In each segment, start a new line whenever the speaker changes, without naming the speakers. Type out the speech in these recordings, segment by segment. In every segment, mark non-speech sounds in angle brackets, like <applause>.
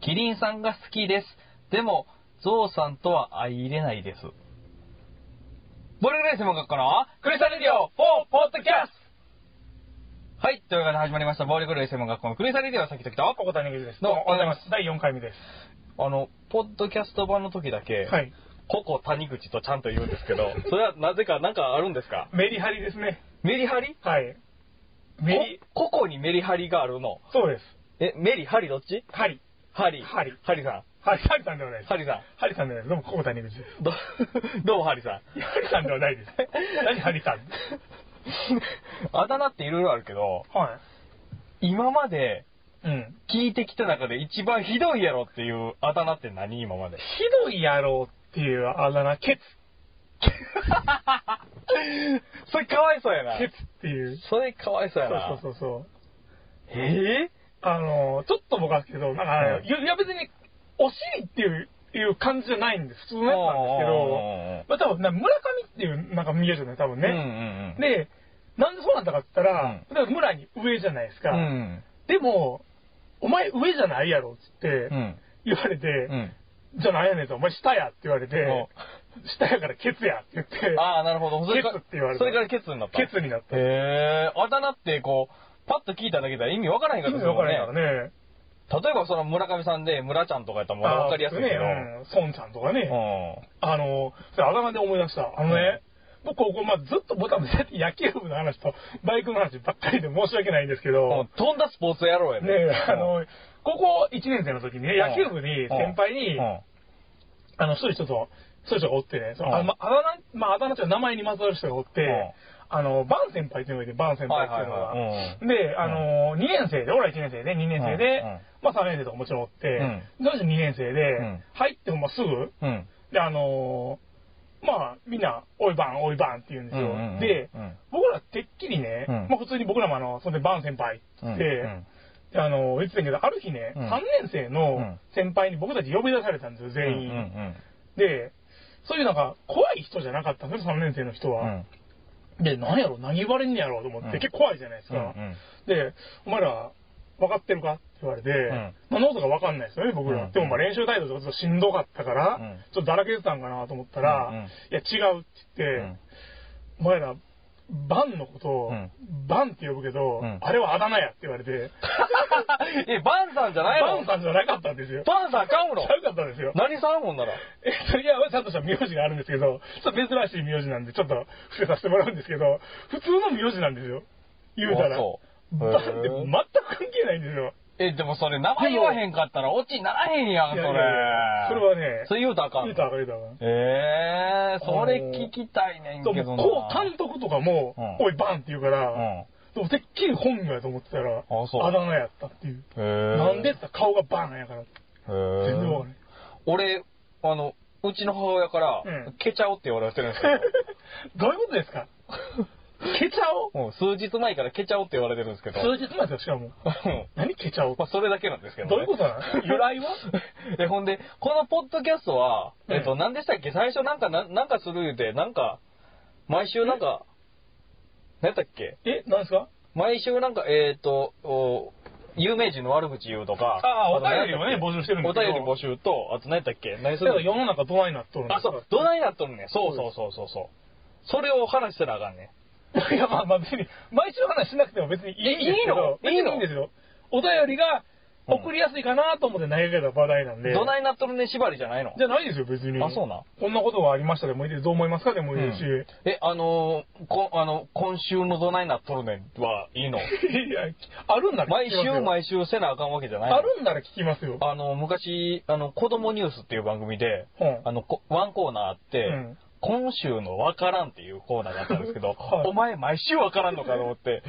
キリンさんが好きです。でも、ゾウさんとは相入れないです。ボルグレイスも学校のクリスタレディオ4ポッドキャストはい、というわけで始まりました、ボーリグレイ専門学校のクリスタレディオさきときと、
お答えにぎです。
どうもおはようございます
第4回目です。
あの、ポッドキャスト版の時だけ、
はい。
ココ谷口とちゃんと言うんですけど、それはなぜか、なんかあるんですか
メリハリですね。
メリハリ
はい。メリ、
コココにメリハリがあるの。
そうです。
え、メリハリどっち
ハリ。
ハリ。
ハリ
ハリさ
はい、ハリさんではない
ん。
です。
ハリさ
ハリさんではないです。どうも、ここ谷口です。
ん。ど、どう <laughs> もハリさん。
いや <laughs> ハリさんではないです。 <laughs> 何ハリさん
あだ名っていろいろあるけど、
は
今まで
い。うん。
聞いてきた中で一番ひどいやろっていうあだ名って何今まで
<laughs> ひ。どい野郎っていうあだ名、ケツ。
それかわいそうや
<laughs>
な。
ケツっていう。
それかわいそう
そ
やな。
うそうそうそう。
え
あの、ちょっと僕はけど、なんか、
うん
いやいや別に、お尻っていう、いう感じじゃないんです。普通
ぇ、
のやつなんですけど、
なん
まあ多分な、村上っていう、なんか見えるじゃない多分ね。
ねうんうんうん。
で、なんでそうなったかって言ったら、
うん
だから村に上じゃないですか。
うん。
でも、お前上じゃないやろってっ
う
て
ん。
言われて、
うん。
じゃないやねんと、お前下やって言われて
お、
下やからケツやって言って、
ああ、なるほど。それか
ケツって言われた
それからケツになった。
ケツになった。
へえ、あだ名ってこう、パッと聞いただけでは意味わからへん
意
かった
味わからへん
ね。
からね。
例えばその村上さんで村ちゃんとかやったらもう
あー
わかりやすいけど。
ね、うん、孫ちゃんとかね、
うん。
あの、それあだ名で思い出した。あのね、僕、ここ、まあ、ずっと僕はさっき野球部の話とバイクの話ばっかりで申し訳ないんですけど、
もう飛んだスポーツやろうや
ねあの、高校1年生の時にね、野球部に先輩に、
うん
あの、一人ちょっと、そういう人がおってね、その
うん
あまあだ名、まあ、あだ名っていうか名前にまつわる人がおって、
うん
あの、バン先輩っていうのがいて、バン先輩っていうのが。
はいはいはいうん
で、あの、2年生で、俺ら1年生で、2年生で、
うんうん
まあ3年生とかもちろんおって、
うん
当時2年生で、
うん
入ってほんますぐ、
うん。
で、あの、まあ、みんな、おいバン、おいバンって言うんですよ。
うんうんうん
で
うん、
僕らてっきりね、
うん
まあ普通に僕らもあの、それでバン先輩って言って、
うんうん
であの、言ってたけど、ある日ね、
うん
3年生
う
の
ん
先輩に僕たち呼び出されたんですよ、全員。
うんうん
で、そういうなんか、怖い人じゃなかったんですよ、3年生の人
うん。う
は。
ん
で、何やろ、何言われんねやろうと思って、
うん
結構怖いじゃないですか。
うん
で、お前ら、分かってるかって言われて、
ん
まあ、ノートが分かんないですよね、僕ら。
うん
でも、まあ、練習態度とかちょっとしんどかったから、
うん
ちょっとだらけてたんかなと思ったら、
うんうん
いや、違うって言って、
うん
お前ら、バンのことを、
うん
バンって呼ぶけど、
うん
あれはあだ名やって言われて、
え、バンさんじゃない
バ
の
ンさんじゃなかったんですよ。
バンさんかむの
ちゃうかったんですよ。
何さんほんなら。
えっと、いや、ちゃんとした名字があるんですけど、ちょっと珍しい名字なんで、ちょっと伏せさせてもらうんですけど、普通の名字なんですよ。言うたら。
あそう
バンって全く関係ないんですよ。
え、でもそれ名前言わへんかったらオチにならへんやん、そ
い
れ
やいやいや。それはね
それ言うたらあかんの。
言うたらあかん言うたらあかん
ええそれ聞きたいねん
そう
けどな。
こう監督とかも、
うん
おい、バンって言うから、でもてっきり本名やと思ってたら、
あそう
あだ名やったっていう。
うん。へえ。
なんで
へ
って言ったら顔がバンやから。
え
全然わかんない。 <laughs>
俺、あの、うちの母親から
うん、
ケチャオって言われてるんですけど。
どういうことですかケチャオ <laughs>
もう数日前からケチャオって言われてるんですけど。
数日前ですよ、しかも。何ケチャオって
<laughs> まあ、それだけなんですけど、ね。
どういうことなの由来は
<laughs> え、ほんで、このポッドキャストは、
うん
えっと、何でしたっけ最初なんか、ななんかする言うて、なんか、毎週なんか、何やったっけ
え、なんですか
毎週なんか、えっ、と、お有名人の悪口言うとか。
あー
と何やったっけ
お便りをね募集してるんですけど
お便り募集と、あと何やったっけ何す
だから
る
世の中どないなっとるんです
あ、
か
そう、どないなっとるね。そうそうそうそうそう。それを話したらあかんね。
<laughs> いや、まあまあ別に、毎週話しなくても別にいいんですけど、
えいいの
別にいいんですよ。お便りが送りやすいかなと思って投げかけた話題なんで。
どないなっとるね縛りじゃないの
じゃないですよ、別に。
あそうなん
こんなことがありましたでもいいです。どう思いますかでもいいですし。
え、あのーこ、あの、今週のどないなっとるねはいいの
いや、あるんなら
毎
聞きますよ
週毎週せなあかんわけじゃないの
あるんなら聞きますよ。
あの、昔、あの、子供ニュースっていう番組で、
うん
あの、こワンコーナーあって、
うん
今週のわからんっていうコーナーがあったんですけど、
<laughs> はい
お前毎週わからんのかと思って、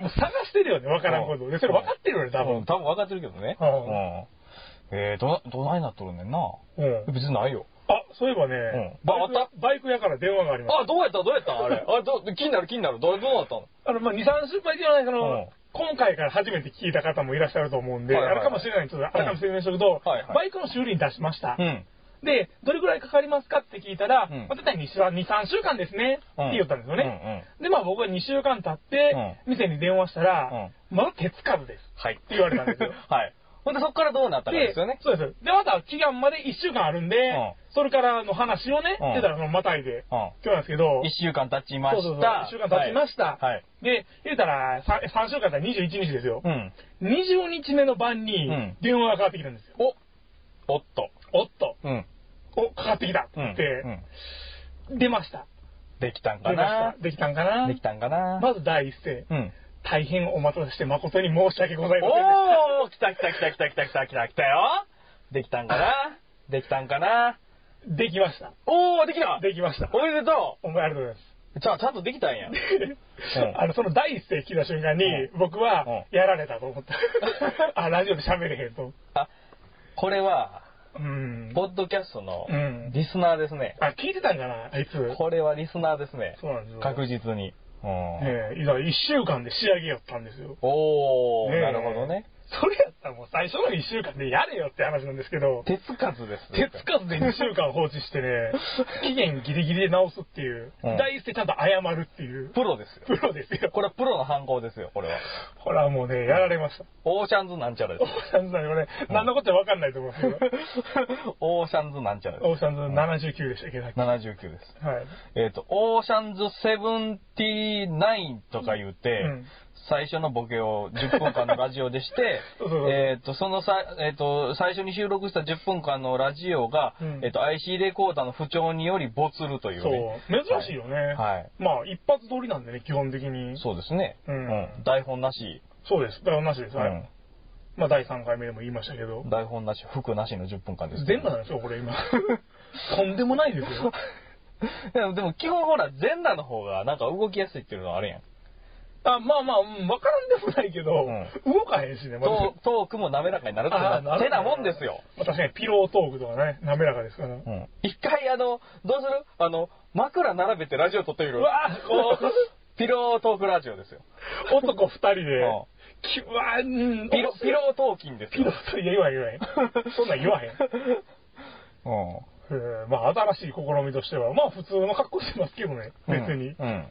もう探してるよね、わからんこと。で、それ分かってるよね、 <laughs> 多
うん
分。
多分わかってるけどね。
うん
うんえー、どな、どないなっとるねんな。
うん。
別にないよ。
あ、そういえばね、
うんああった
バイク屋から電話がありました。
あ、どうやったどうやったあれ。あれ、ど、気になる気になる。どれどうなったの
あの、まあ、2、3週前ではない、そ
うん
の、今回から初めて聞いた方もいらっしゃると思うんで、
はいはい
あれかもしれないんで、ちょっと、あれかもしれないんですけど、
はいはい
バイクの修理に出しました。
うん。
で、どれくらいかかりますかって聞いたら、
うん
まあ、大体2、3週間ですね、
うん
って言ったんですよね。で、まあ、僕は2週間経って、
う
店に電話したら、まだ手つかずです。
はい。
って言われたんですよ
<laughs> はい。ほんでそっからどうなったか
で
ですよね。
そうです。で、また期間まで1週間あるんで、
うん
それからの話をね、
うん
出たらそのまたいで、
うん
今日なんですけど、
一週間経ちました。
そうそうそう一週間経ちました
はいはい。
で、言うたら 3, 三週間から21日ですよ
う。ん。
20日目の晩に
うん
電話がかかってきたんですよ。
おおっと。
おっと、
うん。
お、かかってきたっ
う
て
ん。
言って、
うん
出ました。
できたんか
出ま
な
した。できたんかな
できたんかな
まず第一声、
うん。
大変お待たせして誠に申し訳ございませんでした。
おー来た来た来た来た来た来た来た来たよできたんかなできたんかな
できました。
おーできた
できました。
おめでと
お前ありがとうございます。
うじゃあちゃんとできたんや。ん
<laughs> あの、その第一声聞いた瞬間に、
う
僕は、
う
やられたと思った。 <laughs> あ、ラジオで喋れへんと。
あ、これは、
うん。
ポッドキャストの
うん
リスナーですね。
あ、聞いてたんかな、あいつ。
これはリスナーですね。
そうなんですよ。
確実に。うん
ええだから一週間で仕上げよったんですよ。
おー、
ねえ
なるほどね。。
それやったらもう最初の一週間でやれよって話なんですけ
<laughs>
ど、
手つかずです。
手つかずで2週間放置し
<laughs>
てね、期限ギリギリで直すっていう、
うん
第一声ちゃんと謝るっていう、
プロですよ。
プロですよ。
これはプロの犯行ですよ、これは。
ほらもうね、やられました。
オーシャンズなんちゃらで
オ
す
ー。 <laughs> シャンズなんでこれ、何のことかわかんないと思うんですけど。
オーシャンズなんちゃらです。
オーシャンズ79でしたっけ、さっき。は
79です。
い。
えっ、と、オーシャンズ79とか言って、
うん
最初のボケを10分間のラジオでして
<laughs> そうそうそ、う
えっと、そのさ、えっ、と、最初に収録した10分間のラジオが、
うん
えっ、と、IC レコーダーの不調により没るという、
そう
ね。。
珍しいよね。
はい
まあ、一発撮りなんでね、基本的に。
そうですね。
うん
台本なし。
そうです。台本なしです。は
うん
い。まあ、第3回目でも言いましたけど。
台本なし、服なしの10分間です、
全裸なんですよ、これ
<laughs>
今。とんでもないですよ。
でも、でも基本ほら、全裸の方がなんか動きやすいっていうのはあるやん。
あ、まあまあ、うんわからんでもないけど、
うん
動かへんしね、まず
トートークも滑らかになるって
あー
な
る
手
ほど
なもんですよ。
まあ確かにピロートークとかね、滑らかですから。う
うん一回あの、どうするあの、枕並べてラジオ撮ってみる
わーこ
<laughs> ピロートークラジオですよ。
う、男二人で、
うん
きうわうん、
ピロ、ピロートーキンです
ピ
よ。
ロートーク、いや、言わへん言わ
<laughs>
へん。そんなん言わへん。
うん。
えーまあ、新しい試みとしては、まあ、普通の格好してますけどね、別に。
<laughs> うん。うん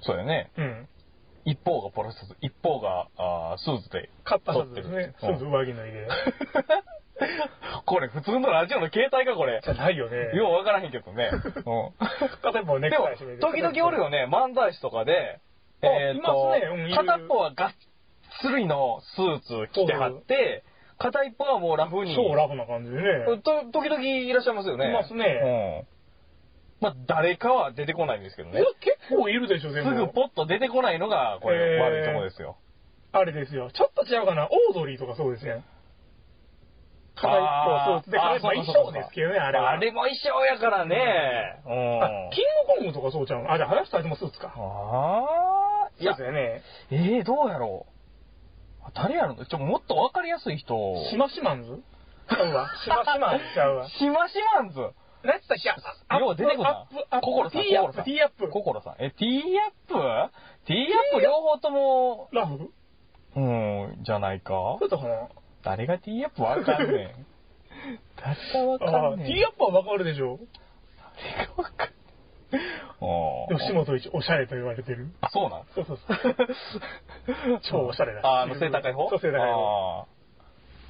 そうだよね。
うん。
一方がポロシャツ、一方があースーツで。
買ったはずですね。
撮ってる
そうそう、上着脱いで。
<laughs> これ普通のラジオの携帯か、これ
じ。ゃないよね。
ようわからへんけどね。
<laughs>
うん
片方ネ
で
ク
も
タイ締め、て
時々おるよね、漫才師とかで、
あ
えっ、
いますねうんい
と、
る
片っぽはがっつりのスーツ着てはって、片一方はもうラフに。
そう、ラフな感じでね。
と時々いらっしゃいますよね。
います
う
ね。
ん。まあ、誰かは出てこないんですけどね
いや。結構いるでしょ、
す
全部。
ぐポッと出てこないのが、これ、
へー
悪いとこですよ。
あれですよ。ちょっと違うかな。オードリーとかそうですね。片一方スーツで、片
あー
一方
あー
衣
そうかそう
装
か
ですけどね、あれは。
あれも衣装やからね。う
あ
ん。
キングコングとかそうちゃうのあ、じゃあ、話した人もスーツか。
あーい
そう
や
です、よね。
えー、どうやろう。誰やろうちょ、もっとわかりやすい人。
しましまんずちゃうわ。しましまんずちゃうわ。
しましまんず。
何やったっけあ
よう出てくる
ア
な
ップ、アッ。プ、
心さん、
ティーアッ
心さ
プ、
ん。
ティーアップ。
心さん。え、ティーアップティーアップ両方とも、
ラフ
うん、じゃないか
そうだったかな
誰がティーアップわか
<laughs>
んねん。誰がわか
あー
んねん。
ティーアップはわかるでしょ。
誰がわかんねん。おー
吉本一おしゃれと言われてる。
あ、そうなん
そうそうそう。
<laughs>
超おしゃれだ
あ、あの、背高い方
そう背高い方。
あ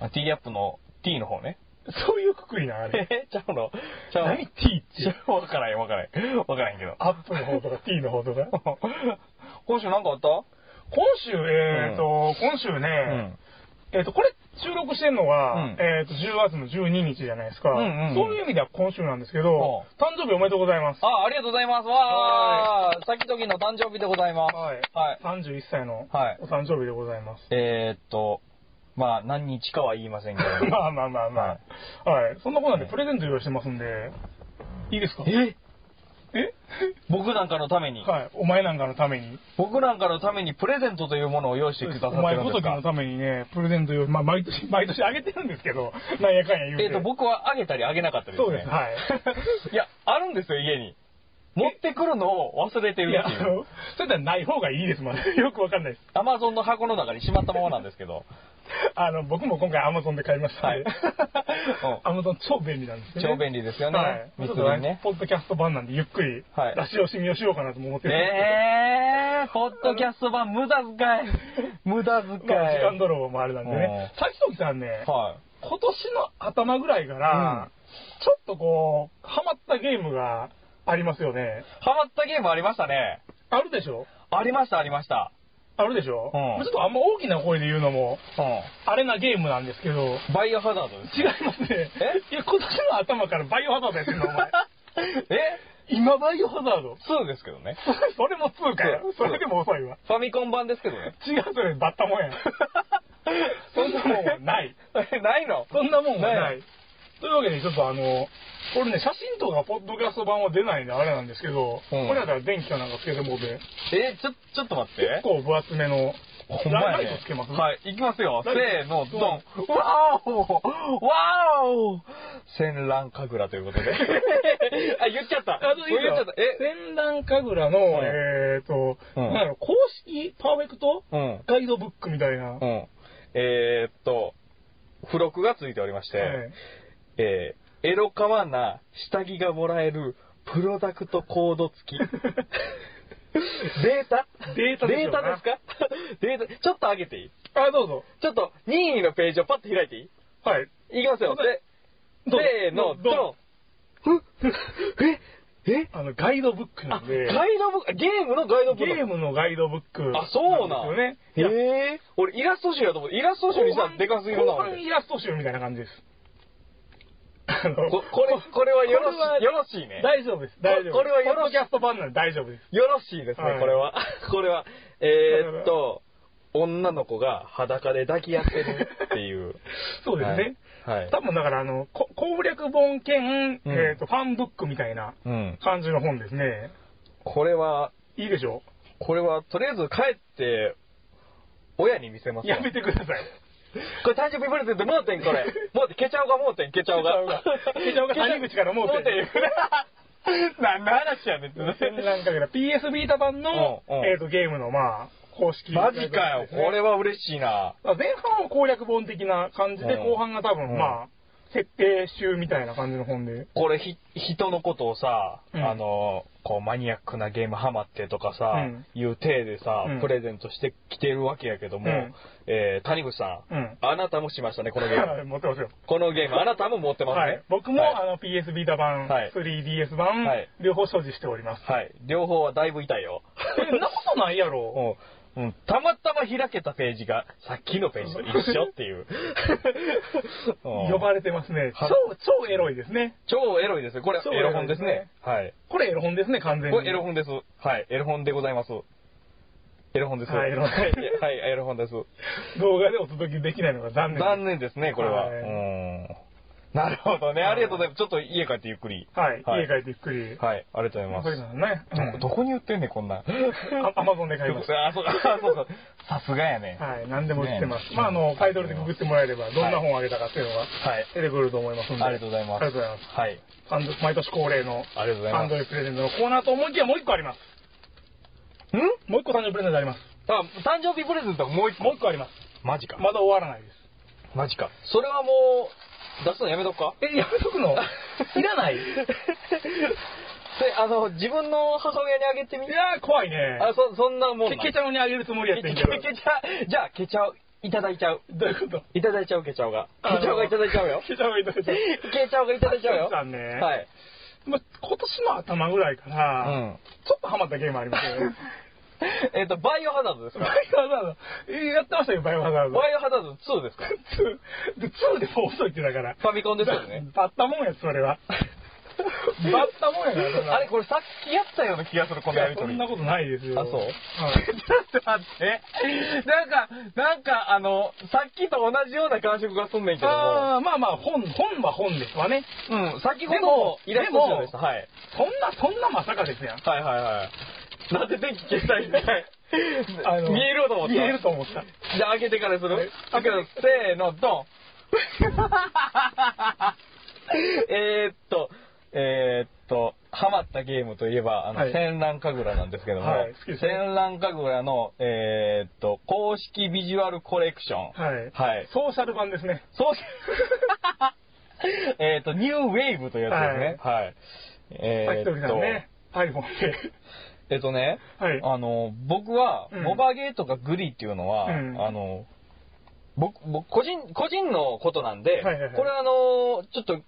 ーあ、ティーアップの T の方ね。
そういうくくりな、あれ。
え <laughs> ちゃうのちゃうの
何 T って。
ちゃうわからへん、わからへん。わからへんけど。
アップの方とか T の方とか。
<laughs> 今週なんかあった
今週、えっ、と、今週ね、えっ、と、これ収録してるのが、
うん
えっ、と、10月の12日じゃないですか、
うんうん
そういう意味では今週なんですけど、
うん
誕生日おめでとうございます。
あ、ありがとうございます。わー、先時の誕生日でございます。
はい。
はい。
31歳の
はい
お誕生日でございます。
えー、っと、まあ、何日かは言いませんけど。
<laughs> まあまあまあまあ。はい。そんなことなんで、プレゼント用意してますんで、いいですか
え
え
僕なんかのために、
はい。お前なんかのために。
僕なんかのためにプレゼントというものを用意してくださっ
お
て
前
るん
ご
で
と
す
きの
か
ためにね、プレゼント用意、まあ毎年、毎年あげてるんですけど、なんやかんや言うて。
えー、っと、僕はあげたりあげなかったですね。
そうです、はい。
<laughs> いや、あるんですよ、家に。持ってくるのを忘れて
い
る
や、
って
あ
いう。 <laughs>
の、それではない方がいいですもんね。よくわかんないです。
アマゾンの箱の中にしまったままなんですけど。
あの、僕も今回 Amazon で買いました <laughs> ね。Amazon 超便利なんですよね。
超便利ですよね
はい。
密
ちょ
林ね
っと来ポッドキャスト版なんでゆっくり
はい、
出し惜しみをしようかなとも思ってるんで
えー、ポッドキャスト版無駄遣い。無駄遣い
すけ。ど、まあ時間泥棒もあれなんでね。さきときさんね、
はい。
今年の頭ぐらいから、ちょっとこう、ハマったゲームがありますよね。
ハマったゲームありましたね。
あるでしょ
ありました、ありました。
あるでしょ、
うん
ちょっとあんま大きな声で言うのも、
う
あれなゲームなんですけど、違い
ん。バイオハザードです。
ますね。
え
いや、今年の頭からバイオハザードやってん
<laughs>
の、お前。
<laughs> え
今バイオハザード
?2 ですけどね。
それも通かよ
そう。
それでも遅いわ。
ファミコン版ですけどね。
違う、それバッタもん
<laughs>
や。そんなもんはない。
え <laughs> ないの
そんなもんはな
ね
い。というわけで、ちょっとあの、これね、写真とかポッドキャスト版は出ないんであれなんですけど、
うん
これだったら電気かなんかつけてもう
え、
て、
ちょ、ちょっと待っ
結
て。
構分厚めの、
ほんまや
ライ
ね
トつけます
はい、いきますよ。せ
ライト
ーの、ドン。わーおわーお戦乱神楽ということで。あ、言っちゃった。
あといい
言っちゃった。え、
戦乱神楽
ん
の、えーと、
うん
なんだろう、公式パーフェクト
うん。
ガイドブックみたいな。
う
は
ん。えー、っと、付録がついておりまして、
い
えーエロカワな下着がもらえるプロダクトコード付き。
<laughs>
データ
データでし
デ
ょ
ー
うな
タですか <laughs> データ、ちょっと上げていい
<laughs> あ、どうぞ。
ちょっと任意のページをパッと開いていい
はい。
いきますよ。
どうぞ
でせーの、
どうぞ
ドン。ええ
あの、ガイドブックな
あ、
ん
ガイ
で、
ドブック、ゲームのガイドブック。
ゲームのガイドブック。
あ、そうなん。
ですよね。いや
へえ。俺、イラスト集やと思って、イラスト集にしたらでかすぎるな。
後
俺
半イラスト集みたいな感じです。あの
ここれ、これはよろ
これは
しい、よろしいね。
大丈夫です。大丈夫です。
これはよろしい
ポッドキャスト版なら大丈夫です。
よろしいですね、
はい
これは。 <laughs> これは、えーっと、女の子が裸で抱き合ってるっていう。
<laughs> そうですね。
はい。はい
多分だから、あの、こ攻略本兼、
うん
えっ、と、ファンブックみたいな
うん。
感じの本ですね。
これは、
いいでしょ
これは、とりあえず帰って、親に見せますよ
やめてください。
これ誕生日プレゼント盲点こ
<laughs>
れ。盲点、ケチャオが盲点、ケチャオが。
ケチャオが
<laughs>
谷口から盲点 <laughs>
何の話やねんって
なんかだから PS ビータ版の、
うんうん
えっ、と、ゲームの、まあ、公式、
マジかよ、これ
は。
は嬉しいな。
前半は攻略本的な感じで、
うん
後半が多分、
うん
まあ、設定集みたいな感じの本で。
これひ、人のことをさ、
うん
あの、こう、マニアックなゲームハマってとかさ、
うん
いう体でさ、
うん
プレゼントしてきてるわけやけども、
うん
えー谷口さん,、
うん
あなたもしましたね、このゲーム。
<laughs> 持ってますよ。
このゲーム、あなたも持ってますね。
はい。僕も、
はい
あの、PS ビータ版、
はい
3DS 版、
はい
両方所持してお
<laughs>
ります。
はい両方はだいぶ痛いよ。
え、んなことないやろ。
うんうん、たまたま開けたページがさっきのページと一緒って
<laughs>
いう。うん
呼ばれてますね。
は
超
い、
超エロいですね。
超エロいですね。これ
超
エ
エロ
ロ
い
本ですね。はい。
これエロ本ですね、完全に。
これエロ本です。はい。エロ本でございます。エロ本です。
はいエロ
<laughs>
本
はいはい、エロ本です。
動画でお届けできないのが残念。
残念ですね、これは。
は
う
い
ん。なるほどね。ありがとうございます。ちょっと家帰ってゆっくり。
はい。
はい
家帰ってゆっくり。
はい。ありがとうご
そ
ざ
う
い
いう
ま
のね。
す。どこ、どこに売ってんねん、こんなん。
あアマゾンで買いまし
<laughs>
た。
あ、そうか、あそうか。さすがやね。
はい、何でも売ってます
ね。
まあ、あの、タイトルでググってもらえれば、どんな本をあげたかっていうのが
はい。
出てくると思いますので。
ありがとうございます。
ありがとうございます。
はい。
ファンド毎年恒例の、
ありがとうござい
誕
ます。
生日プレゼントのコーナーと思いきやもう一個あります。
ん
もう一個誕生日プレゼントあります。
あ、誕生日プレゼントがもう一個。
もう一個あります。
マジか。
まだ終わらないです。
マジか。それはもう、出すのやめとくか
え、やめとくの <laughs> いら
<laughs>
ないい
で、あの、自分の母親にあげてみて。
やー、怖いね。
あ、そ、そんなもん
け
なん
ケチャオにあげるつもりやってんけど。
けけちゃうじゃあ、けちゃう。いただいちゃう。
どういうこと
いただいちゃう、けちゃうが。けちゃうがいただいちゃう <laughs> よ。
ケチャオがいただいちゃう。
けちゃうがいただいちゃうよ。
さんね
はい。
まあ、今年の頭ぐらいか
う
ら、
ん。
ちょっとハマったゲームありますよね。
えっと、バイオハザードです
バ
か
イオハザード。えーやってましたよ、バイオハザード。
バイオハザード2ですか
2で2でも <laughs> 遅いってだから。
ファミコンですよね。
バッタもんや、それ
<laughs>
は。バッタもんやからそれは。
あれこれさっきやったような気がする、こ
い
のやり
や、
と
そ
り。
んなことないですよ。
あそう
はい
<laughs> ちょっと待って。なんか、なんか、あの、さっきと同じような感触がすんねんけども。
あーまあまあ、本、本は本ですわね。
うん、先ほ
で
ど
も
イラスト集でした。
でも
はい。
そんな、そんなまさかですや
<laughs>
ん。
はいはいはい。なんで電気消したいんだい
あの
見えると思った。
見えると思った。
じゃあ開けてからする開けてせーの、 <laughs> ドン。えーっと、えーっと、ハマったゲームといえば、あの、
はい
戦乱神楽なんですけども、
はい好きですね
戦乱神楽の、えーっと、公式ビジュアルコレクション。
はい。
はい
ソーシャル版ですね。 <laughs>
そうし、えーっと、ニューウェイブというやつですね。はい。
さっ
え
き
ー
と
っ
きさ
と、
んね、iPhone で。
<laughs> えっとね、
はい
あの、僕は、
うん
モバゲーとかグリっていうのは、
うん
あの、僕、僕、個人、個人のことなんで、
はいはいはい
これあの、ちょっと、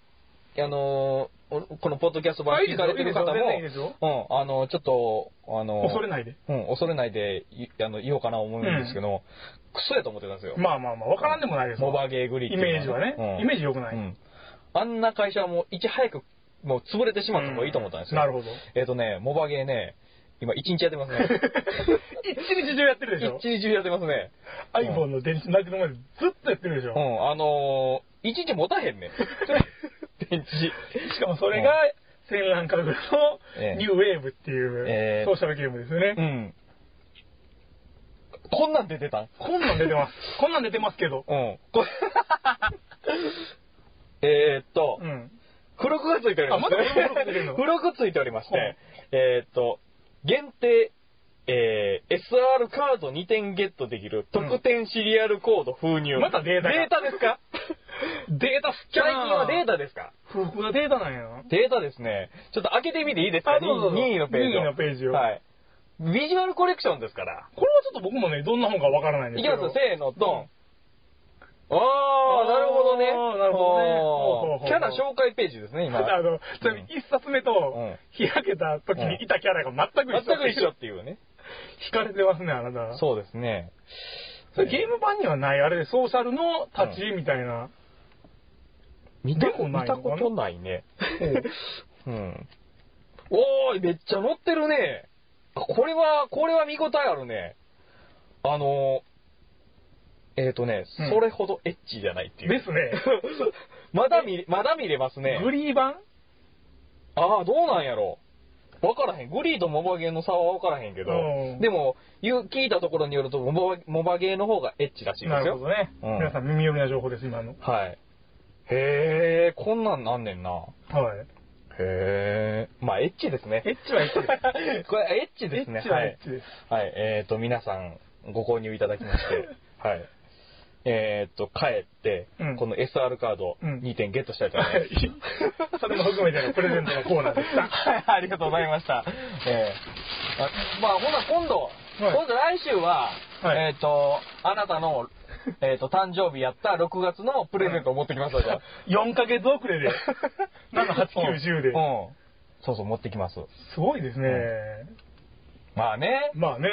あの、おこのポッドキャスト版
あいい
聞
です
か
よ
れてる方も、
いいですよ
うん、あの、ちょっと、あの、
恐れないで。
うん、恐れないでいあの言おうかな思うんですけど、クソやと思ってたんですよ。
まあまあまあ、わからんでもないですわ
モバ
<laughs>
ゲーグリって
イ
いうの
メージはね。
うん
イメージ良くない。
うんあんな会社はもういち早くもう潰れてしまった方がいいと思ったんですよ。
なるほど。
えっ、とね、モバゲーね、今一日やってますね。
一日中やってる <laughs> でしょ
一。日中やってますね。
iPhone の電池泣きの前でずっとやってるでし
う
ょ。
ん、あのー、一日持たへんね。電池。
<laughs> しかもそれが、戦乱カグの
ええ
ニューウェーブって
え
い
え
うソーシャルゲームですよね
う。ん。こんなん出てたん
こんなん出てます。こんなん出てますけど。
うん。こ <laughs> えーっと、
うん。
付録がついておりまして、
あまだ付録ついてるの
付録ついておりまし
は
て
い、
えーっと、限定、えー SR カード2点ゲットできる特典シリアルコード封入。
またデータが
データですか
<laughs> データ好き
最
やな
近はデータですか
付録がデータなんやな。
データですね。ちょっと開けてみていいですか
あどうぞどうぞ
2位のページを。
任意のページを
はい。ビジュアルコレクションですから。
これはちょっと僕もね、どんな本かわからないんで
い
す
き
け
ま
ど。
すよ、せーの、ドン。あー、なるほどね。
あーなるほどねほうほうほ
あー
う
キャラ紹介ページですね、今。
<laughs> あの、ちなみに一冊目と
うん
開けた時にいたキャラが全く一緒。
全く一緒っ。ていうね。
惹かれてますね、あなた。
そうですね。
それゲーム版にはない、あれでソーシャルの立ち絵みたいな。
見
た
た
こと
こ
ないのかな
とない
<laughs>
ね。うん。おーい、めっちゃ乗ってるね。あこれは、これは見応えあるね。あのー、えっ、ー、とね、
うん
それほどエッチじゃないっていう。
ですね。
<laughs> まだ見れ、まだ見れますね。
グリー版
ああ、どうなんやろう。わからへん。グリーとモバゲーの差はわからへんけど
うん。
でも、言う聞いたところによるとモバ、モバゲーの方がエッチらしいで
な
す
る
よ。
ほどね。
うん
皆さん耳寄りな情報です、今の。
はい。へえ、こんなんなんねんな。
はい。
へえ。まあ、エッチですね。
エッチはエッチです。
これ、エッチですね。
エッチはエッチです。
はい。はい、えっ、と、皆さん、ご購入いただきまして、はい。えっ、と、帰って、
うん
この SR カード
うん
2点ゲットしたいと思い
は
ます。
い。 <laughs> それも含めてのプレゼントのコーナーでした。
はい、ありがとうございました。えーあまあ、ほな、今度、今度来週は、
はい
えっ、と、あなたの、えっ、と、誕生日やった6月のプレゼントを持ってきますわ、じゃあ。
4ヶ月遅
<laughs>
れで、7、8、9、10で
う。ん。うんそうそう、持ってきます。
すごいですね。
まあね、
まあね、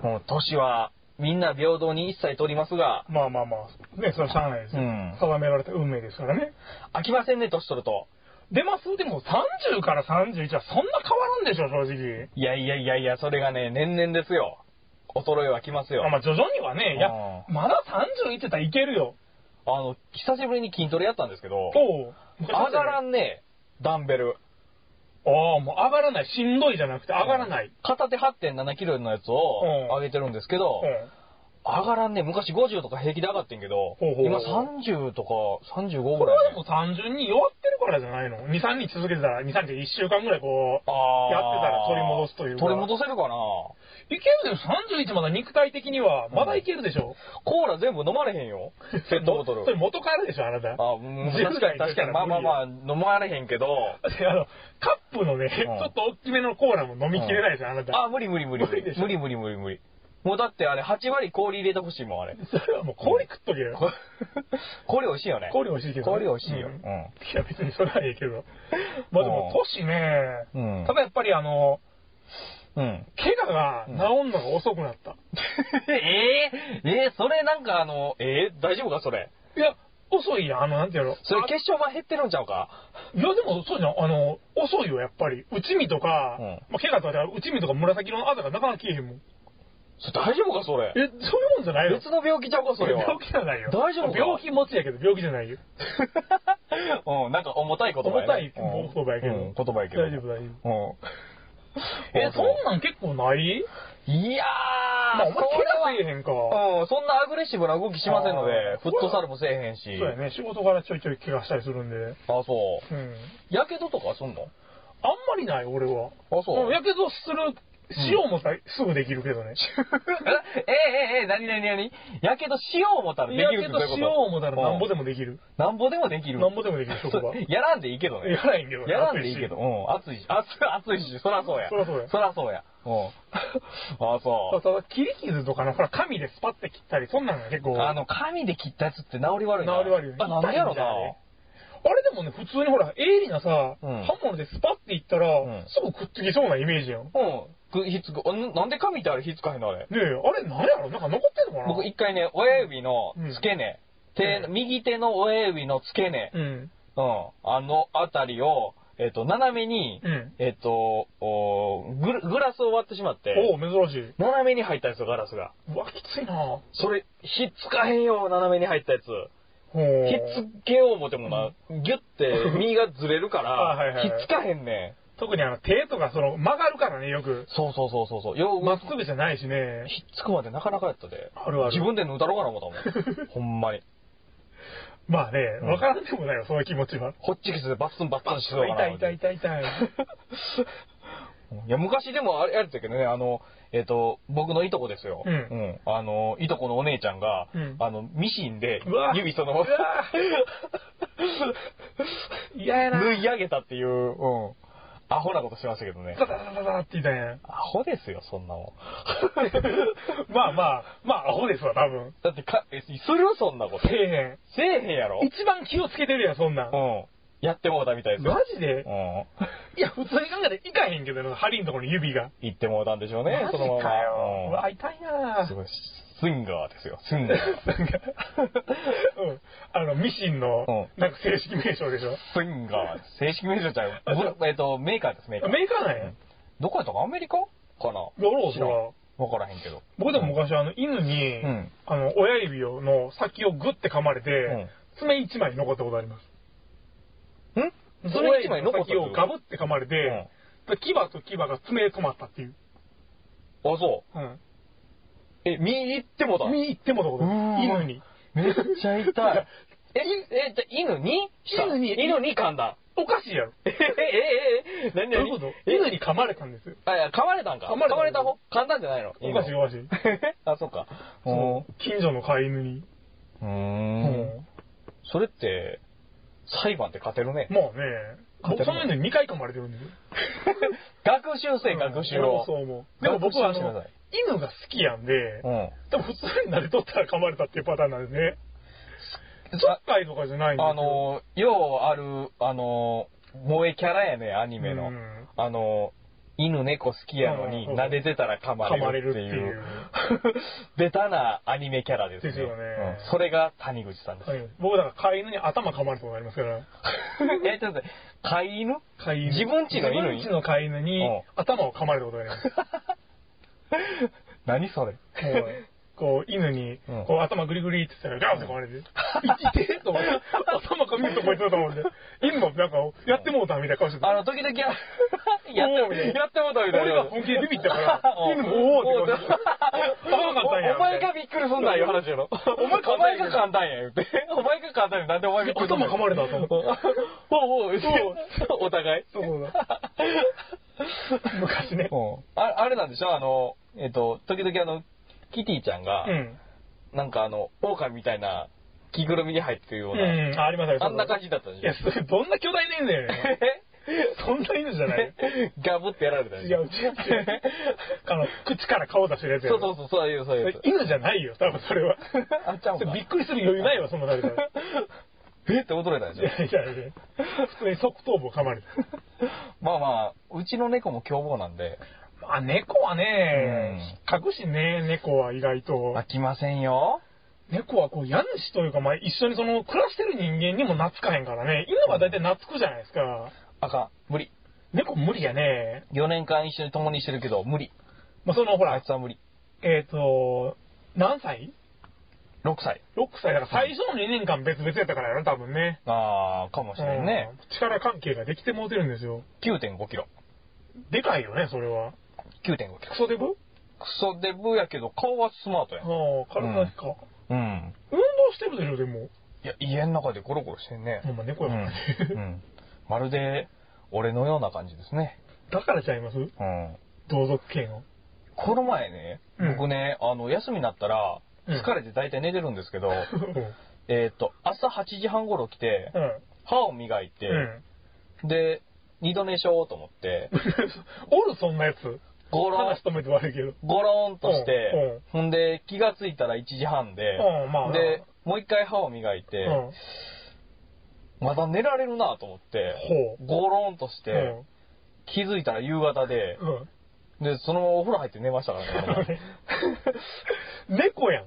もう年はみんな平等に一切取りますが、
まあまあまあ、ね、それはしゃあないですよ。
うん
定められた運命ですからね。
飽きませんね、年取ると。
出ますでも30から31はそんな変わらんでしょ、正直。
いやいやいやいや、それがね、年々ですよ。衰えはきますよ。
あまあ徐々にはね、いや
あ、
まだ31ってたらいけるよ。
あの、久しぶりに筋トレやったんですけど、
おう
上がら
ん。
んね、ダンベル。
ああ、もう上がらない。しんどいじゃなくて上がらない。
片手8.7キロのやつ
うん
を上げてるんですけど、
うん
上がらんね。昔50とか平気で上がってんけど、
ほうほうほう
今30とか35
こ
ぐ
れ
ら
はいで
ね、
も単純に弱ってるからじゃないの ?2、3日続けてたら、2、3日、1週間ぐらいこう、
あー
やってたら取り戻すというか
取り戻せるかない
けるでしょ ?31 まだ肉体的には、まだいけるでしょ、
コーラ全部飲まれへんよ。ペットボトル
そ。れ元からでしょ、あなた。
あ、うん
10
確かに確かに。まあまあまあ、飲まれへんけど。
で <laughs> あの、カップのね、ちょっと大きめのコーラも飲みきれないじゃん、あなた。
あ、無理無理無理無理
無理で。しょ
無理無理無理無理。もうだってあれ、8割氷入れてほしいもん、
<laughs>
あれ。
それはもう氷食っとけよ。
氷美味しいよね。
氷美味しいけどね。
氷美味しいよ。
う
うんん。
いや、別にそれはいいけど。まあでも、年ね、
うん
ただやっぱりあの、
うん。 <laughs>
怪我が治んのが遅くなった。
えー、えー、それなんかあの、えー、大丈夫かそれ。
いや、遅いやん、あの、なんていうの。
それ決勝版減ってるんちゃうか
いや、でも、そうじゃん。あの、遅いよ、やっぱり。内身とか、
うん
まあ、怪我とか、内身とか紫色のあざがなかなか消えへんもん。え、
それ大丈夫かそれ
そう。いうもんじゃないの
別の病気ちゃうかそれは。
病気じゃないよ。
大丈夫か
病気持ちやけど、病気じゃないよ。
<laughs> うん、なんか重たい言葉やね。
重たい言葉やけど
うんうん言葉やけど。
大丈夫大丈
夫。うん。
え、そんなん結構ない
いやー、
まあ、お前
それは
怪我せえへんか。
うん、そんなアグレッシブな動きしませんので
あー、
フットサルもせえへんし。
そうやね。仕事からちょいちょい怪我したりするんで。
あ、そう。
うん。
やけどとかすんの
ああんまりない、俺は。
あそう
うんやけどする、塩もさ、すぐできるけどね。
<laughs> ええええ、なになになにやけどしよう思ったらで
や
きる
け
って
ど
どういうこと
塩をもたらなんぼで
も。
もできる。
なんぼでもできる。
なんぼでもできる、
<laughs>
職場。
やらんでいいけどね。
やらんけどね
やらんでいいけど。
暑
うん。暑いし。暑暑いし、そらそうや。
そらそうや
そらそうや。うん。 <laughs> あ、
た
そ
だ、切り傷とかの、ほら、紙でスパって切ったり、そんなのが結構。
う。あの、紙で切ったやつって治り悪いな。
治り悪いよね
あ、なんでやろうな。
あれでもね、普通にほら、鋭利なさ、
うん
刃物でスパっていったら、
うん
すぐくっつきそうなイメージやん。ね
うん。くひっつく、あななんで紙ってあれひっつかへんのあれ。
え、あれなんやろなんか残ってんのかな
僕一回ね、親指の付け根、手
う、ん
右手の親指の付け根、
うん。
うん、あのあたりを、えっ、と、斜めに、
うん
えっ、と、おーグラグラスを割ってしまって、
おお、珍しい。
斜めに入ったやつガラスが。
うわ、きついなぁ。
それ、ひっつかへんよ、斜めに入ったやつ。
ほ
ひ
う
っつけよう思ってもな、ギュッて、身がずれるか
あ <laughs> はい
ら、
はい
ひ
はい
っつかへんね
特にあの、手とか、その、曲がるからね、よく
ん。。そうそうそうそうそう。よう、
まっすぐじゃないしね。
ひっつくまでなかなかやったで。
あるある
自分で縫うたろうかな思った
<laughs>
もん。ほんまに。
まあね、
うん
わからんでもないよ、その気持ちは。
ホッチキスでバッツンバッツンしそうかな
痛い
思
痛い
て
痛い痛い。
いや、昔でもあれ、あれだけどね、あの、えっ、と、僕のいとこですよ。
うん
あの、いとこのお姉ちゃんが、
うん
あの、ミシンで
うわ、
指そのまま
うわ、嫌やな
<laughs> 縫い上げたっていう、うん。アホなことしましたけどね
ザ。ザザザザって言ったんや。
アホですよ、そんなもん。
<laughs> まあまあ、まあ、アホですわ、多分。
だってか、えするそんなこと。
せ
せ
え
えへんやろ
へん。一番気をつけてるやん、そんなん
う。ん。やってもうたみたいですよ。
マジで
うん。
いや、普通に考えていかへんけどな、針のところに指が。
言ってもうたんでしょうね
マ、
そ
ジか
のまま。
よ。
うん
うわ、痛いな
す
ぁ。
ごい、スンガーですよ、スンガー。
うん。あの、ミシンの、
う
なんか正式名称でしょ。
スンガーです。正式名称ちゃう。ブラえっと、メーカーです、メーカー。
メーカーなんや。
どこやったかアメリカかな
やろう
知
そ
らん
ら。
わからへんけど。
僕でも昔、あの、犬に、
うん
あの、親指をの先をグッて噛まれて、
うん
爪一枚残ったことあります。
んそれ一枚残った
親指の先をガブって噛まれて、で牙と牙が爪で止まったっていう。
うんあ、そう。
うん。
え、見入ってもだ。
見行ってもだこと
うーん
犬に。
めっちゃ痛い。え、え、じゃ、犬に
犬に
犬に噛んだ。
<laughs> おかしいやろ。
え、え、え、え、何
どう
々
いうこと
え
犬に噛まれたんですよ。
あ、いや、噛まれたんか。
噛まれた
噛まれた方噛んだんじゃないの
おかしいおかしい。
い。 <laughs> あ、そっか。
そう近所の飼い犬に。
う。
うんん
それって、裁判って勝てる
<laughs>
ね。
まあね、
勝て
僕
る
そ
の
の犬に2回噛まれてるんですよ。
学習せ、学習を。
そう思う。でも僕はあ
学習してくだ
の
さい、
犬が好きやんで、
うん。
でも普通に慣れとったら噛まれたっていうパターンなんですね。ちょっかいとかじゃないんですよ。
あのー、ようある、あのー、萌えキャラやね、アニメの。
うん
あのー、犬猫好きやのに、
うん
撫でてたら噛ま
噛ま
れ
れ
る
る
っ
ってて
い
いうう。
<laughs> ベタなアニメキャラですよ。
ですよね
うんそれが谷口さんです。
はい僕だから飼い犬に頭噛まれたことありますから。
<laughs> え、ちょっと待って、飼い犬
飼い犬。
自分家の犬に
自分家の飼い犬に
うん
頭を噛まれたことがあります。
<laughs> 何それ
もうこう、犬に
うん、
こう、頭グリグリってしたら、ガーンって噛まれて、痛いてと思って、頭噛みるとこいつだと思うんで、犬もなんか、やってもうたみたいな顔してた。
あの、時々、やっ
<laughs>
て、や
おーみたいな
ってもうたみたいな。
俺が本気でビビったから
うん
犬もおーって言われて
お
頭が簡単や
お前がびっくりすんなよ、話やろ。
お前
お
簡単や
前が簡単や、言って。お前が簡単や、なんでお前が
頭噛まれたと思って。
おうおう、お互い。
そうだ。昔ね。
うんああれなんでしょあの、えっと、時々あの、キティちゃんが
う、ん。
なんかあの、狼みたいな着ぐるみに入ってるような、
うん、ありますよ
あんな感じだったで
い
しょ
や、それ、どんな巨大な犬だよね。 <laughs> そんな犬じゃない。
<laughs> ガブってやられたで
違
しょ
う、違う、違う。あの、口から顔出してるやつや
そう
ろ
そうそう、そういう、そういうやつ。
犬じゃないよ、多分それは。
あちゃうんか
びっくりする余裕ないわ、そんな誰 <laughs> か。い
えって驚いたでしょ
やいやいや普通に側頭部を噛まれた。
まあまあ、うちの猫も凶暴なんで、
まあ、猫はね、引っかくしね、猫は意外と
飽。きませんよ。
猫はこう、家主というか、まあ、一緒にその、暮らしてる人間にも懐かへんからね。犬は大体懐くじゃないですか。
あかん、無理。
猫無理やね。
4年間一緒に共にしてるけど、無理。
まあ、その、ほ
あい
ら
つ、は無理。
えっ、と、何歳
6歳。
?6 歳だから最初の2年間別々やったからやろ、多分ね。
ああ、かもしれんね。
うん力関係ができてもうてるんですよ。
9.5キロ。
でかいよね、それは。
9.5キロ。
クソデブ
クソデブやけど、顔はスマートやん。
ああ、体か、
うん。
運動してるでしょ、でも。
いや、家の中でゴロゴロしてんね。
ほんま猫やからね
うんうんまるで、俺のような感じですね。
だからちゃいます
うん。
同族権を。
この前ね、
うん
僕ね、あの、休みになったら、
うん
疲れて大体寝てるんですけど、
うん。
えっと、朝8時半頃来て、
うん。
歯を磨いて、で、二度寝しようと思って、
おる、そんなやつ。
ゴロン
話、止めて悪いけど。
ゴロンとして、ほんで、気がついたら1時半で、
うん、まあ。
で、もう一回歯を磨いて、
うん。
まだ寝られるなと思って、
ほう。
ゴロンとして、気づいたら夕方で、
う
<laughs>
ん。うん
で、そのままお風呂入って寝ましたから
<laughs>
ね。
猫やん。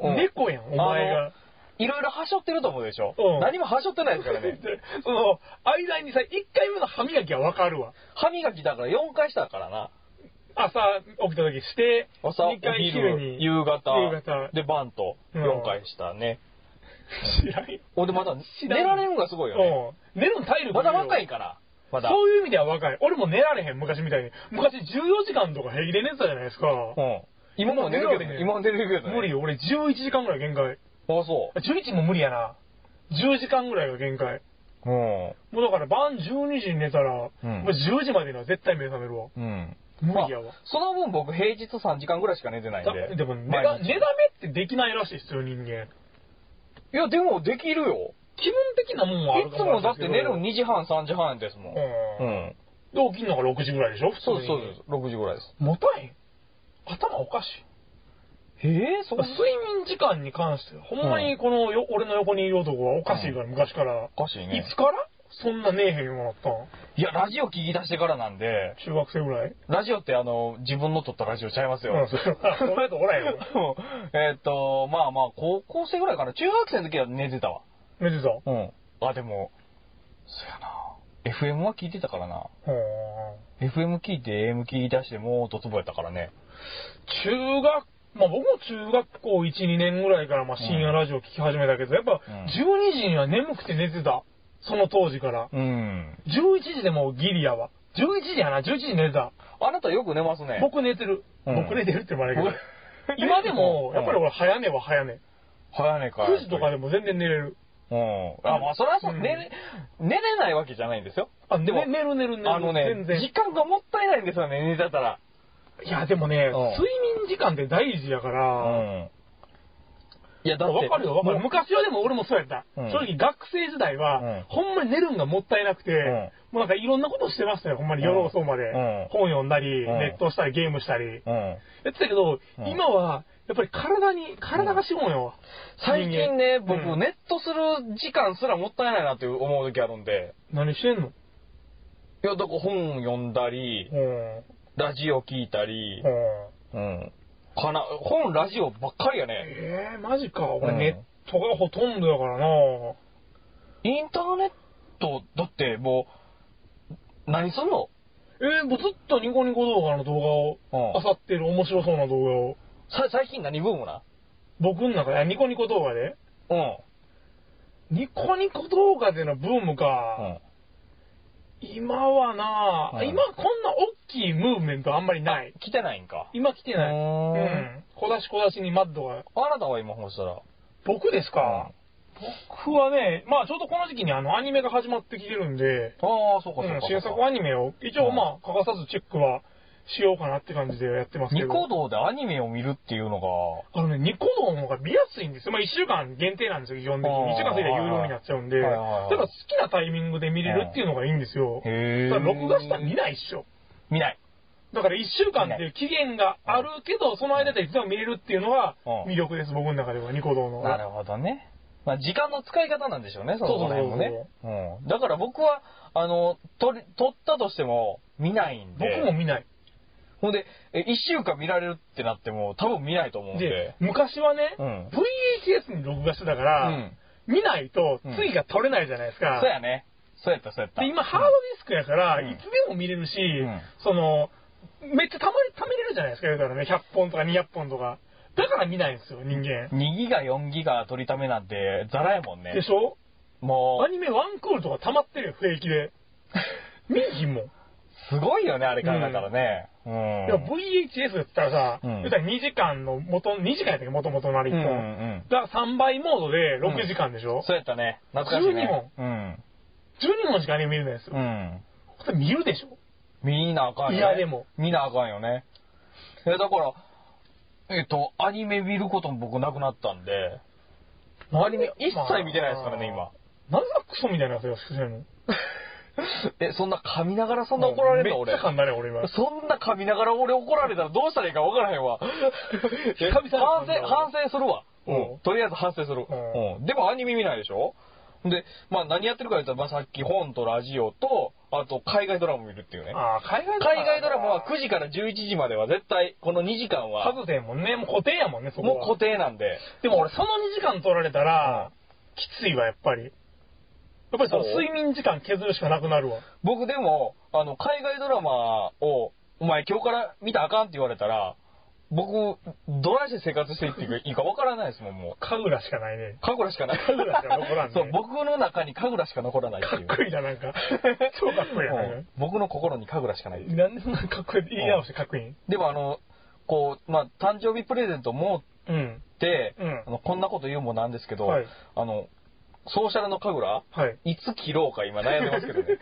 うん
猫やん、お前が。
いろいろはしょってると思うでしょ、
うん
何もはしょってないですからね。
でその、間にさ、1回目の歯磨きはわかるわ。
歯磨きだから4回したからな。
朝起きた時して、
朝、お
2回昼
昼、
に。
夕方、
夕方
で、晩と
うん
4回したね。
知らんよ。
俺、まだ寝
ら
ら
ん
れるのがすごいよね。
うん。寝るの体力いるよ
まだ若いから、まだ。
そういう意味では若い。俺も寝られへん、昔みたいに。昔14時間とか平気で寝てたじゃないですか。
うん。今も寝るけどね。今
今
も
も
寝るけどね。
無理よ、俺11時間ぐらい限界。
あ、そ
11も無理やな。10時間ぐらいが限界。
う。うん。
もうだから晩12時に寝たら、
うん
もう10時までには絶対目覚めるわ。
うん。
無
まあ
理やわ。、
その分僕平日3時間ぐらいしか寝てない
だ
んで。
でも寝だ、
毎日
寝だめってできないらしいですよ、人間。
いや、でもできるよ。
気分的なもんはある
い
か
つ
も
もだって寝るの
に。
2時半、3時半ですもん。
う。
うんん。
で、起きんのが6時ぐらいでしょ普通
そうです、
に
そうです。6時ぐらいです。
持たへん。頭おかしい。
へえ、そ
睡眠時間に関して、ほんまにこのよ、俺の横にいる男はおかしいから、昔から。
おかしい
い
ね
つ。からそんな寝えへんようになったん
いや、ラジオ聞き出してからなんで、
中学生ぐらい
ラジオってあの、自分の撮ったラジオちゃいますよ。
うん、それは。お前とおらへんよ。
<laughs>
<laughs>
えっと、まあまあ、高校生ぐらいかな。中学生の時は寝てたわ。
寝てた。う
うん。あ、でも、そやな。FM は聞いてたからな。
ーん
FM 聞いて AM 聞き出してもうドツボやったからね。
中学、まあ僕も中学校1、2年ぐらいからまあ深夜ラジオ聞き始めたけど、やっぱ
うん
12時には眠くて寝てた。その当時から。
うん。
11時でもうギリやわ。11時やな、11時に寝てた。
あなたよく寝ますね。
僕寝てる。
うん
僕寝てるって言われるけど。
僕
<laughs> 今でも、やっぱり
うん
俺早寝は早寝。
早寝か。
9時とかで
も。
も全然寝れる。
うん。あ、まあ、それはそう、
うん
寝れ、寝れないわけじゃないんですよ。
あ、
で
で
も
も、寝る寝る寝る。
あのね
全、
時
然。
間がもったいないんですよね、寝てたら。
いや、でもね、
うん
睡眠時間って大事やか
う
ら、
ん。いや、だって。
わかるよ、わかる。
もう
昔はでも俺もそうやった。
うん
正直学生時代
うん
は、ほんまに寝るんがもったいなくて、
ん
もうなんかいろんなことしてましたよ、ほんまに
うん
夜遅くまで。
うん
本読んだり、
うん
ネットしたり、ゲームしたり。
うん。
やってたけど、
うん
今は、やっぱり体に、体が資本よ。
最近ね、僕、
うん
ネットする時間すらもったいないなって思う時あるんで。
何してんの
いや、だから本読んだり
う、ん。うん。
ラジオ聞いたり、うん。かな、本、ラジオばっかりやね。
えー、マジか。俺、
うん
ネットがほとんどやからな
インターネット、だってもう、何すんの
えー、もうずっとニコニコ動画の動画
うん
を、あさってる面白そうな動画を、
さ最近何ブームな
僕の中で、あニコニコ動画で
うん。
ニコニコ動画でのブーム
うん。
か。今はな、
うん
今こんな大きいムーブメントあんまりない。
来てないんか。
今来てな
う
い。
ー
う
ん
ん。小出し小出しにマッドが。
あなたは今、ほしたら。
僕ですか、僕はね、まあちょうどこの時期にあのアニメが始まってきてるんで、
ああ、そうかそううか
ん、
そうか。
新作アニメを一応まあ欠かさずチェックはしようかなって感じでやってますけ
ニ
ど。
コ動でアニメを見るっていうのが、
あのね、ニコ動の方が見やすいんですよ。まあ、1週間限定なんですよ、基本的に。
あー
1週間過ぎたら有料になっちゃうんで。
は
だ
い
か
はいはい
ら好きなタイミングで見れるっていうのがいいんですよ。だ
へえ。
から録画したら見ないっしょ。
見ない。
だから1週間っていう期限があるけど、その間でいつでも見れるっていうのが
うん
魅力です、僕の中では、ニコ動の。
なるほどね。まあ、時間の使い方なんでしょうね、その
そうそうそう
辺もね。うん。だから僕は、あの、撮り撮ったとしても、見ないんで。
僕も見ない。
ほんで、え、一週間見られるってなっても、多分見ないと思うん
で
で、。
昔はね、
うん
VHS に録画してたか
う
ら
ん、。
見ないと
うん
次が取れないじゃないですか。
そうやね。そうやった、そうやった。
で、今、ハードディスクやから、
うん
いつでも見れるし、
ん
その、めっちゃたまに貯めれるじゃないですか、だからね、100本とか200本とか。だから見ないんですよ、人間。
2ギガ、4ギガ取りためなんて、ザラやもんね
で。しょ
も、
アニメワンクールとか溜まってるよ、平気で。見えひんもん。いう
すごいよね、あれからだからね。うん。
や、VHS だったらさ、
うん
言ったら2時間の元、2時間やったっけ、元々のあれ
うん
1
うん
本。
うん。
が3倍モードで6時間でしょ、
そうやったね。懐かしいね。うん。
12分しかアニメ見れないですよ。
うん。
これ見るでしょ
見なあかんよ、ね。
いやでも。
見なあかんよね。え、だから、えっ、と、アニメ見ることも僕なくなったんで、アニメ一切見てないですからね、今。
なぜクソみたいな人が好きなの
<laughs> え、そんな噛みながらそんな怒られるの
めっ
俺
ちゃ。噛んだね、俺今。
そんな噛みながら俺怒られたらどうしたらいいかわからへん
<laughs>
わ。
久々に噛ん
<laughs>
だ
反省、反省するわ。
うん
とりあえず反省する。
うん
うんでもアニメ見ないでしょで、まあ何やってるか言ったら、まあさっき本とラジオと、あと海外ドラマ見るっていうね。
ああ、海外
海外ドラマは9時から11時までは絶対、この2時間は、
数でもんね、もう固定やもんね、そこ
も
は。
う固定なんで。
でも俺、その2時間取られたら、きついわ、やっぱり。やっぱりその
そう
睡眠時間削るしかなくなるわ。
僕でも、あの、海外ドラマを、お前今日から見たらあかんって言われたら、僕、どないして生活していっていいかわからないですもん、もう。
神楽しかないね。
神楽しかない。
神楽しか残らんね
そう、僕の中に神楽しか残らないって
か
いう。
っこいいな、なんか。 <laughs> 超かっこいいな
うん。僕の心に神楽しかないっていう。
なんでそんなかっこいい言い直してかっこいい
でもあの、こう、まあ、誕生日プレゼントも
うん。
って、
うん
あのこんなこと言うもなんですけど、
はい
あの、ソーシャルの神楽
はい。
いつ切ろうか今悩んでます <laughs> けどね。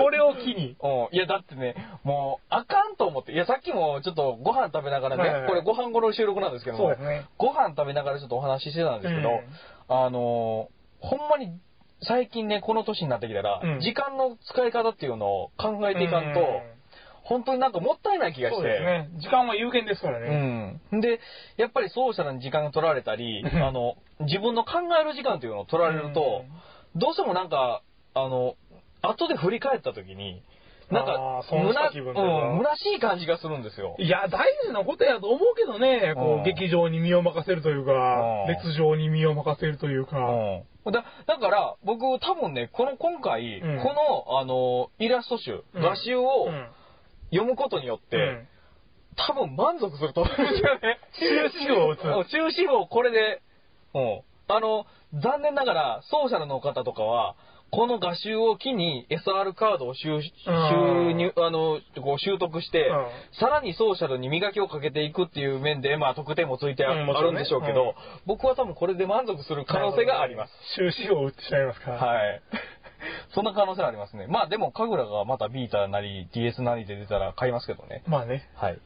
これを機に。
うん、いやだってね、もうあかんと思って、いやさっきもちょっとご飯食べながらね、
はいはいはい
これご飯後の収録なんですけど
そう
も
です、ね。
ご飯食べながらちょっとお話ししてたんですけど、
うん
あのーほんまに最近ね、この年になってきたら、
うん
時間の使い方っていうのを考えていかんと、
うん
本当になんかもったいない気がして。
そうですね。時間は有限ですからね。
うん。で、やっぱりソーシャルに時間が取られた
<laughs>
り、
うん
あの、自分の考える時間というのを取られると、どうしてもなんか、あの、後で振り返った時に、なん
あ
か
ー、損した気
む
分
な
というか
うん、虚しい感じがするんですよ。
いや、大事なことやと思うけどね、こう、
うん
劇場に身を任せるというか
う、ん
列場に身を任せるというか、
うんだだから、僕、多分ね、この今回、
うん
この、あの、イラスト集、
うん
画集を
うん
読むことによって、
うん
多分満足すると思うんですよね。
終止符を打つ
うん終止符をこれで、うんあの、残念ながら、ソーシャルの方とかは、この画集を機に SR カードを収収入、あの、こう習得して、
う
さらにソーシャルに磨きをかけていくっていう面で、まあ、得点もついてあ,、
うんもち
る
ろん
ん
ね
でしょうけど、僕は多分これで満足する可能性があります。。
終止符を打ってしまいますから。
はい。そんな可能性ありますね。まあでも、神楽がまたビータなり DS なりで出たら買いますけどね。
まあね。
<laughs> はい。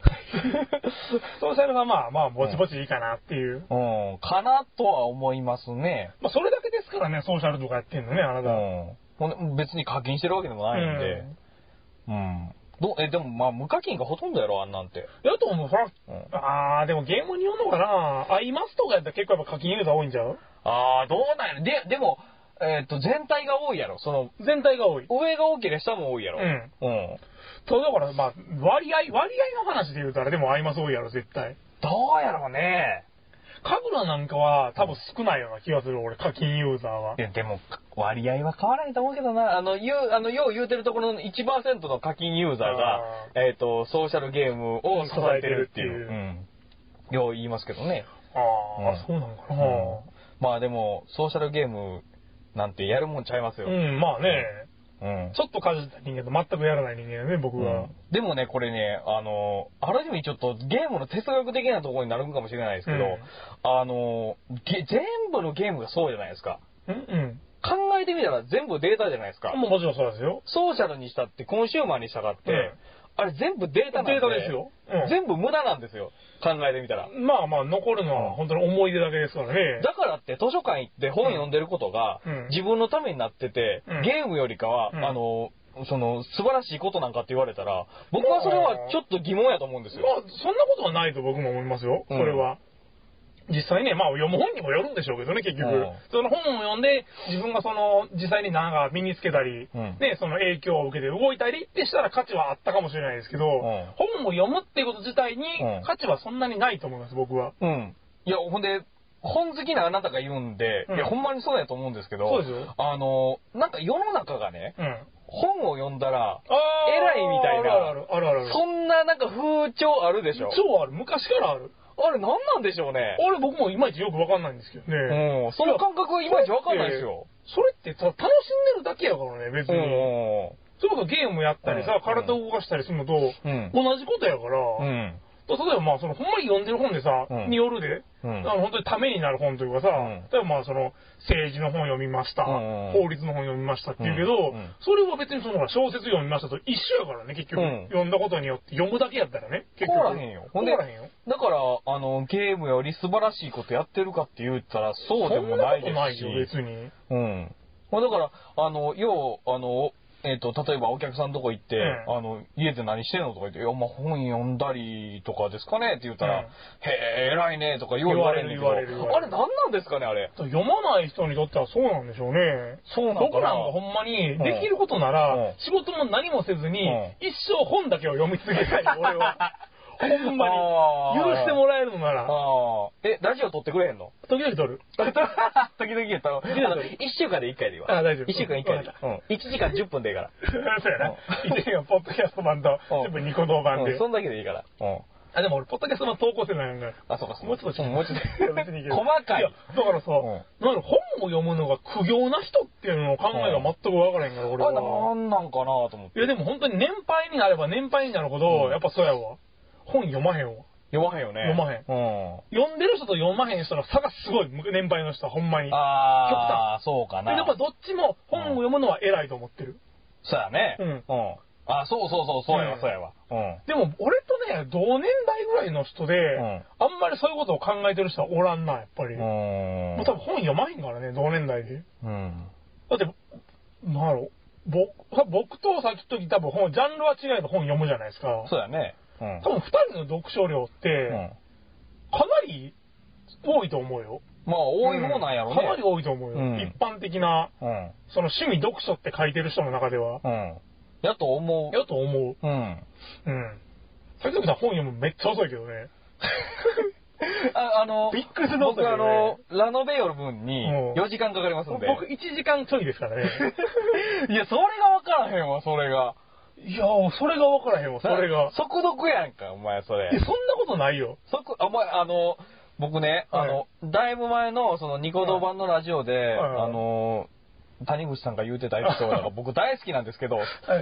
ソーシャルはまあまあ、ぼちぼちいいかなっていう。
うん、かなとは思いますね。
まあ、それだけですからね、ソーシャルとかやってんのね、あな
う
たは。
ん。ほんで別に課金してるわけでもないんで。うん。どうえ、でもまあ無課金がほとんどやろ、あんなんて。
やと思う、ほら。
うん
あー、でもゲームによるのかなアイマスとかやったら結構やっぱ課金ユーザー多いんちゃう
ああ、どうなんやろ。で、でも、えっ、と、全体が多いやろ。その、
全体が多い。
上が大きいで下も多いやろ。
うん。
うん。
そう、だからまあ、割合、割合の話で言うたら、でもアイマス多いやろ、絶対。
どうやろうね。。
神楽なんかは多分少ないような気がする、俺、課金ユーザーはい
や、でも、割合は変わらないと思うけどな。あの、言う、あの、よう言うてるところの1%の課金ユーザーが
あ、
えっ、と、ソーシャルゲームを支えてるっていう。
支えて
うん。よう言いますけどね。
あ
うん
あ、そうなのかな、
まあでも、ソーシャルゲームなんてやるもんちゃいますよ。
うん、まあね、
うん
ちょっとかじった人間と全くやらない人間だね、僕は。
うんでもね、これね、あの、ある意味ちょっとゲームの哲学的なところになるんかもしれないですけど、あの、げ全部のゲームがそうじゃないですか。
うん、うん。
考えてみたら全部データじゃないですか。
もうもちろんそうですよ。
ソーシャルにしたって、コンシューマーにしたって、
うん
あれ全部データなんで。
データですようん
全部無駄なんですよ。考えてみたら。
まあまあ、残るのは本当に思い出だけですからね。
だからって図書館行って本読んでることが
うん
自分のためになってて、
うん
ゲームよりかは、
うん
あの、その素晴らしいことなんかって言われたら、僕はそれはちょっと疑問やと思うんです
ま
よ。
あ、そんなことはないと僕も思いますよ、
うん
それは。実際ね、まあ読む本にもよるんでしょうけどね、結局。
うん
その本を読んで、自分がその、実際に何か身につけたり、
うん
ね、その影響を受けて動いたりってしたら価値はあったかもしれないですけど、本を読むっていうこと自体に
うん
価値はそんなにないと思います、僕は。
うん。いや、ほんで、本好きなあなたが言うんで、
うん
いや、ほんまにそうやと思うんですけど、
そうですよ
あの、なんか世の中がね、
うん。あ
本を読んだら、
あ
偉
ー
いみたいな
あるあるあるあるある。
そんななんか風潮あるでしょ。
超ある。昔からある。
あれ何なんでしょうね。
俺僕もいまいちよくわかんないんですけどね。
うん。その感覚はいまいちわかんないですよ。
それってた楽しんでるだけやからね、別
う
に。
ん。
それこそゲームやったりさ、
うん
体を動かしたりするのと、
うん
同じことやから、
うん。
例えばまあ、その、ほんまに読んでる本でさ、
うん
によるで、
うん
あの本当にためになる本というかさ、
うん
例えばまあ、その、政治の本読みました、
うんうん
法律の本読みましたって言うけど、
うんうん
それは別にその、ほら小説読みましたと一緒やからね、結局、
うん
読んだことによって、読むだけやったらね、結局。
凍らへんよ。ほ
ほ
ん
ん
で、
らへんよ。
だから、あの、ゲームより素晴らしいことやってるかって言ったら、そうでもない
そんなことな
で
い
すし。
よ、別に。
うん。まあ、だから、あの、要、あの、えっ、と、例えばお客さんのとこ行って、
うん
あの、家で何してんのとか言って、いや、まあ、本読んだりとかですかねって言ったら、
うん
へえ、偉いねとかよう言われるんだけど、
言われる言われる言わ
あ
れ
れ
る
何なんですかね、あれ。
読まない人にとってはそうなんでしょうね。
そうなんかな
僕なんかほんまに、
ん
できることなら、
うん
仕事も何もせずに、
うん
一生本だけを読み続けたい、
<laughs>
俺は。ほんまに
あ。ー
許してもらえるのなら、
ああ。え、ラジオ撮ってくれへんの <laughs>
時々撮る。
時々言ったの。あの、1週間で1回でいいわ。
あ大丈夫
1週間1回でいい
わか。
うん。1時間10分でいいから。
そうやな。
うん
1年はポッドキャスト版と、
うん
全部ニコ動版
う
で
ん、。そんだけでいいから。うん。
あ、でも俺、ポッドキャスト版投稿せないんだ
あ、そうか、そうか
もうちょっと
うんもうちょっ <laughs>
いや別にいけ
と。
る
細か
いや
い。
だからさ、
うん
なんか本を読むのが苦行な人っていうのを考えが全く分からへんから、
あ、
俺は。
なんなんかなと思って。
いや、でも本当に年配になれば年配になるほど、
うん
やっぱそうやわ。本読まへんわ。
読まへんよね。
読まへん
うん。
読んでる人と読まへん人の差がすごい、む年配の人は、ほんまに。で
ああ、そうかな。
やっぱどっちも本を読むのは偉いと思ってる。
そうやね。
うん
うん。あ、そうそうそう、そうや
うん
わ、そうやわ。うん。
でも、俺とね、同年代ぐらいの人で、
ん
あんまりそういうことを考えてる人はおらんな、やっぱり。も
う
う多分本読まへんからね、同年代で。
うん。
だって、なんやろ、僕僕とさっきとき多分本、ジャンルは違えば本読むじゃないですか。
そうやね。うん。
多分二人の読書量って、
うん
かなり多いと思うよ。
まあ、多い方なんやろね。
かなり多いと思うよ。
うん
一般的な、
うん。
その趣味読書って書いてる人の中では。
うん。やと思
やと思う。
う。うん。
うん。さっきのさん本読むのめっちゃ遅いけどね。
ああの、
びっくりすると思ったけ
僕
ど
あ
ね
の、ラノベよる分に
うん
4時間かかりますんで。
僕1時間ちょいですか
<laughs>
らね。
いや、それが分からへんわ、それが。
いやー、それが分からへんわ、それが。
速読やんか、お前、そ
<laughs>
れ
え、。そんなことないよ。
速、あ、お前、あの、僕ね、
はい
あの、だいぶ前の、その、ニコ動版のラジオで、
はいはい
あの、谷口さんが言うてたエピソード
<laughs>
が僕大好きなんですけど、
い、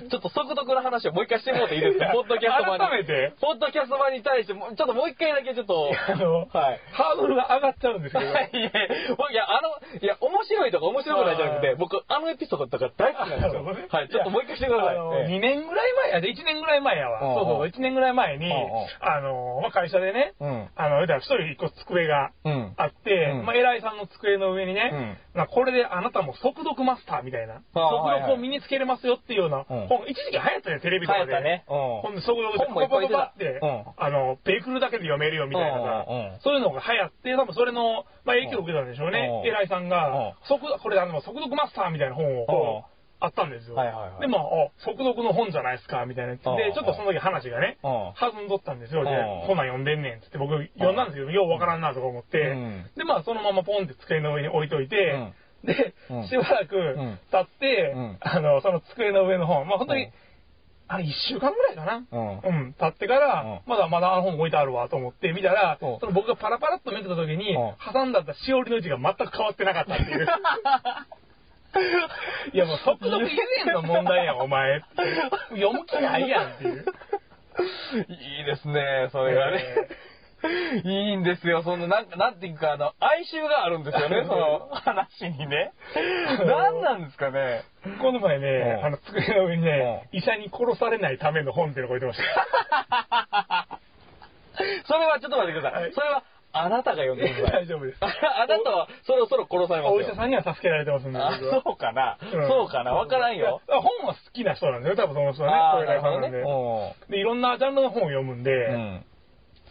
ちょっと速読の話をもう一回してもらっていいですかポッドキャスト版に。
改めて
ポッドキャスト版に対して、もうちょっともう一回だけちょっと、
あの、
はい。
ハードルが上がっちゃうんですけど。
いや、僕いや、あの、いや、面白いとか面白くないじゃなく
あ
て
ー、
僕、あのエピソードとか大好き
<laughs>
なんですよ。はい、ちょっともう一回してください。ええ
2年ぐらい前やで、1年ぐらい前やわ。
うん
そううんそう、1年ぐらい前に、
うんうん
あの、まあ、会社でね、
うん
あの、言うたら一人一個机が
うん。
あって、
うん
まあ、偉いさんの机の上にね、まあこれであなたも速読マスターみたいな、速
はい
読を身につけれますよっていうような
うん
本、一時期流行ったね、テレビとかで。
流行ったねうん
ほんで速読で
本もいっぱい出た
って、
うん
あの、ベークルだけで読めるよみたいなさ、
うんうんうん
そういうのが流行って、多分それの、まあ、影響を受けたんでしょうね。
うん
偉いさん
う
が
ん、
速これあの、速読マスターみたいな本をこう、あったんですよ。
はいはいはい
で、まあ、あ速読の本じゃないですか、みたいなやつで
うんう、ん
ちょっとその時話がね、
うん
弾んどったんですよ。で
うん、
こんなん読んでんねんっつって、僕読んだんですけど、ようわからんなとか思って、
うん
で、まあ、そのままポンって机の上に置いといて、で
うん、
しばらく
ん
経って、
うん
あの、その机の上の本、まあ、本当に、
うん
あれ、一週間ぐらいかな。
うん
うん。経ってから、
うん
まだまだあの本置いてあるわと思って見たら、
うん
その僕がパラパラっと見てた時に、
うん
挟んだったしおりの字が全く変わってなかったっていう。いや、もう速読以前の問題やん、お前。読む気ないやんっていう。
いいですね、それがね。いいんですよ、その、なんか、なんていうか、あの、哀愁があるんですよね、その話にね。何なんですかね。
この前ね、
うん
あの机の上にね、医者に殺されないための本っていうのが置いてました。
それはちょっと待ってください。それは、あなたが呼んでください。
<laughs> 大丈夫です。
ああなたは、そろそろ殺されますよ。
お医者さんには助けられてますんで。
あ、
僕は
そうかな。
ん
そうかな。わからんよ。
いや本は好きな人なんだよ、多分その人はね。
あ
こ
あ、
れ
な
が
るほどね
なん。で
う
で、いろんなジャンルの本を読むんで、
んうん。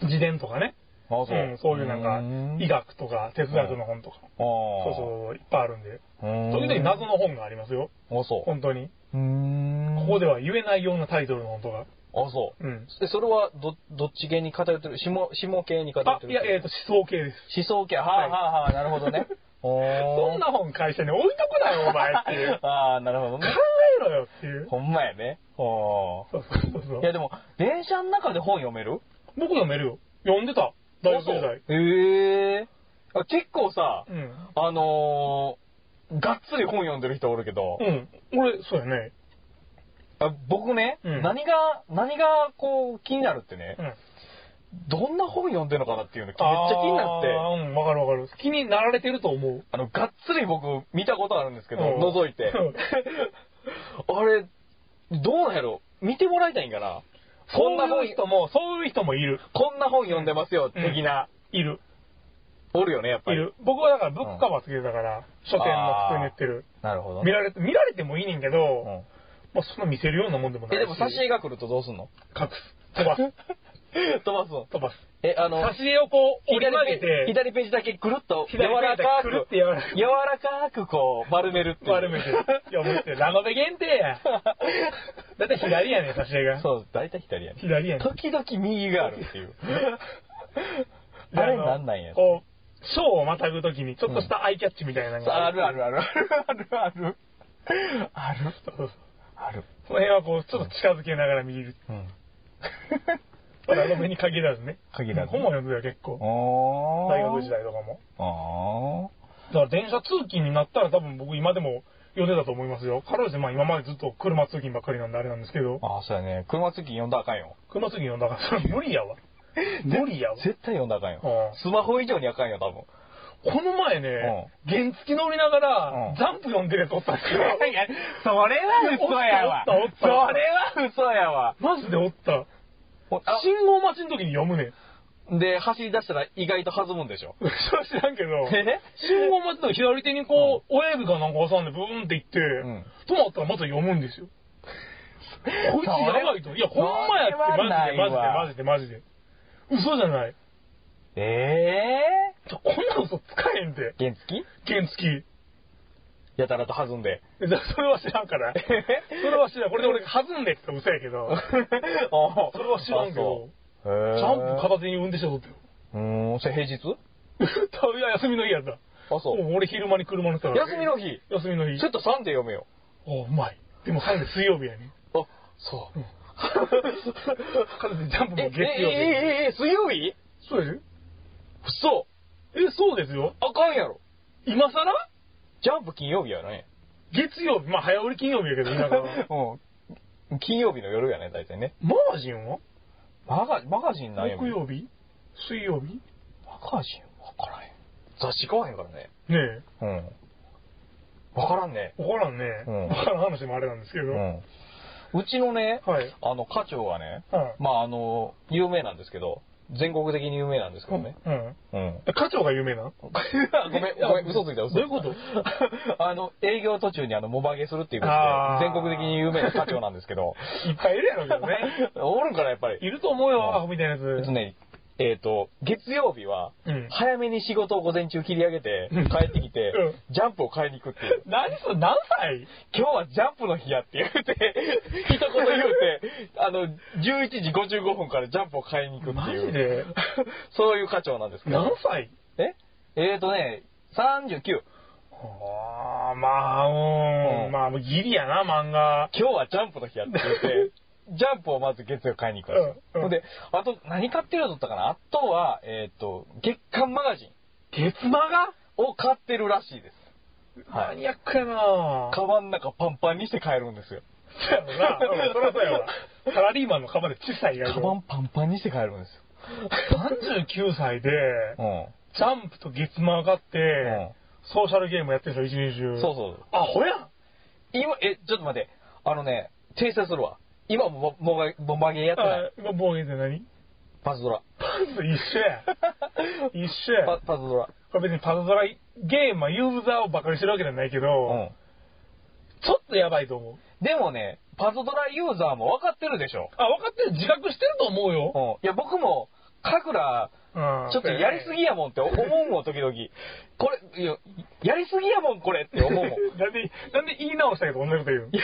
自伝とかね、
あそう
うんそういうなんか、医。学とか哲学の本とか、そう
そ
そう、いっぱいあるんで、
うーん。
時々謎の本がありますよ、
あ、そう。
本当に。
うーん。
ここでは言えないようなタイトルの本とか。
あ、そう。
うん。
で、それはど、どっち系に偏ってる下、下系に偏っ
あ
て、る
いや、えっ、と、思想系です。
思想系。はいはいはい、なるほど
<laughs>
ね。おー
そんな本会社に置いとくなよ、お前っていう。
ああ、なるほど
考 <laughs>
ね。
えろよっていう。
ほんまやね。ほ
そうそうそう
ー。い
そ
や
う。
でも、電車の中で本読める
僕読めるよ。読んでた。大学時代。
あそうへえー。あ結構さ、
うん。
あのー、がっつり本読んでる人おるけど、
うん。俺、そうやね。
あ僕ね、
うん
何が、何がこう気になるってね、
うん。
どんな本読んでんのかなっていうのめっち
め
ゃ気になって、
うん、わかるわかる。気になられてると思う。
あの、がっつり僕見たことあるんですけど、
うん
覗いて。あれ、どうなんやろ見てもらいたいんかなこんな
そう
本
いう、人も、そういう人もいる。
こんな本読んでますよ、
うん
的な。
いる。
おるよね、やっぱ
い
り。
る。僕はだからブックカバーつけてたから、書店の普通に売ってる。
なるほどね
見られて、見られてもいいねんけど、
うん
まあそんな見せるようなもんでもない
え、
し。
でも、挿絵が来るとどうすん
<laughs>
の
隠す。飛ばす。
飛ばすの。
飛ばす。
え、あの、
挿絵をこう、折り
左
曲
ペ
げて、
左ページだけくるっと柔
左ペー
ら
ジだ
か
けくる
く
っ、て柔らかく
柔らかくこう丸めるっていう。
丸めて。 <laughs> いや、もうって、ラノベ限定や。だって左やねん、挿絵が。
<laughs> そう、大体左やね。
左やねん。
時々右があるっていう。 <laughs> あれなんなんや。
こう、章をまたぐときに、ちょっとしたアイキャッチみたいなのが
あるあるあるあるあるある。ある。
そうそうそう
ある。
その辺はこう、ちょっと近づけながら見る。
<laughs> うん。
ラノベに限らずね。
限らず
本も読んでたよ、結構。
おー。
大学時。代とかも。
あ
だから電車通勤になったら多分僕今でも予定だと思いますよ。彼女まあ今までずっと車通勤ばっかりなんであれなんですけど
ー。、あー、そうやね。車付き読んだらあかんよ。
車通勤のだからそれ無理
<laughs>
やわ。無理やわ。
絶対読んだらあかんよ
う。ん
スマホ以上にあかんよ、多分。
この前ね、原付乗りなが
うん
ら、ジャンプ読んでるやつおったんで
<laughs>
すよ。
いや、それは嘘やわ。
おっ
そ
た
れ
おったおった
は嘘やわ。
マジでおった。
あ
信号待ちの時に読むねん。
で、走り出したら意外と弾むんでしょ。
それは知らんけど、
え
信号待ちの時左手にこう、親指かなんか挟んでブーンって行って、
ん
止まったらまた読むんですよ。こいつやばいと。いや、ほんまやって、
それは
マ
ないわ
ジで、マジで、マジで、マジで。嘘じゃない。
ええ
こんな嘘つかへんて。
原付き
原付
やたらと弾んで。
き。だそれは知らんから。それは知らん。これで俺が弾んでって言ったら嘘やけ
<laughs>
ど。
あ
それは知らんけ
そ
ど。
うへ
ジ
え
ャンプ片手に運転して撮ったよ。
うーん、それ平日
<laughs> いや、休みの日やった。
あ、そうう。
ん俺昼間に車乗ってたから
休みの日。
休みの日
ちょ。っと3で読めよ。
おう、うまい。でも、彼女水曜日やね。
あ、そう。
<laughs> 彼女ジャンプ
え、え、え
も月
え
曜、日。、
え、え、水曜日
そうですよ。
嘘
え、そうですよ。
あかんやろ。
今更
ジャンプ金曜日やね。
月曜日。まあ、早売り金曜日やけど、今から。
<laughs> うん。金曜日の夜やね、大体ね。
マガジンは
マガマガジンなんやもん
木曜日水曜日
マガジンわからへん。雑誌買わへんからね。
ね
うん。わからんね。
え。わからんね。
うん
わからん話もあれなんですけど。はい。
うん。うちのね、
はい
あの、課長がね、
うん
まあ、あの、有名なんですけど、全国的に有名なんですけどね。
うん。 <laughs>
うん。
課長が有名な
ごめん、ごめん、嘘ついた、嘘ついた。
どういうこと
<laughs> あの、営業途中にあの、もばげするっていうことで
あ、ー
全国的に有名な課長なんですけど、
いっぱいいるやろうけど
<laughs>
ね。
おるんからやっぱ
い
り。
ると思う
うん
よ、アホみたいなやつ。
えっとね、えっ、と、月曜日は
うん、
早めに仕事を午前中切り上げて
うん、
帰ってきて
う、
ジャンプを買いに行くっていう。
何それ、何歳
今日はジャンプの日やって
<laughs>
言うて、一言言うて、あの、11時55分からジャンプを買いに行くっていう。
マジで
<laughs> そういう課長なんですけど。
何歳
ええーとね、39。
ああ、まあ、う
うん
ん。まあ、ギリやな、漫画。
今日はジャンプの日やって
<laughs>
言って、ジャンプをまず月曜買いに行くんですよ。
うんうん
ほんで、あと何買ってるのだったかなあとは、えっ、と、月刊マガジン
月マガ
を買ってるらしいです。は
マ
い。
ニアックやな
カバンの中パンパンにして帰るんですよ。
そうやろな。 <laughs> うんそりゃそうやわ。サラリーマンのカバンで小さいや
カ
つ。
バンパンパンにして帰るんです
39歳で、
よ。
ジャンプと月マガって、
うん
ソーシャルゲームやってるでしょ、一日中。
そうそう。
アホやん
今、え、ちょっと待って。あのね、訂正するわ。今もも、もが、もまげやってな
あ
い。
今、ボーゲンって何
パズドラ。
パズ一緒 <laughs> や。一緒や。
パパズドラ。
これ別にパズドラゲームはユーザーをバカにしてるわけじゃないけど、
うん。
ちょっとやばいと思う。
でもね、パズドラユーザーも分かってるでしょ。
あ、分かってる。自覚してると思うよ。
うん。いや、僕も、かぐら、
うん
ちょっとやりすぎやもんって思うもん、時々。これ、いや、やりすぎやもん、これって思
<laughs>
うもん。
なんで、なんで言い直したけど同じこと言う
い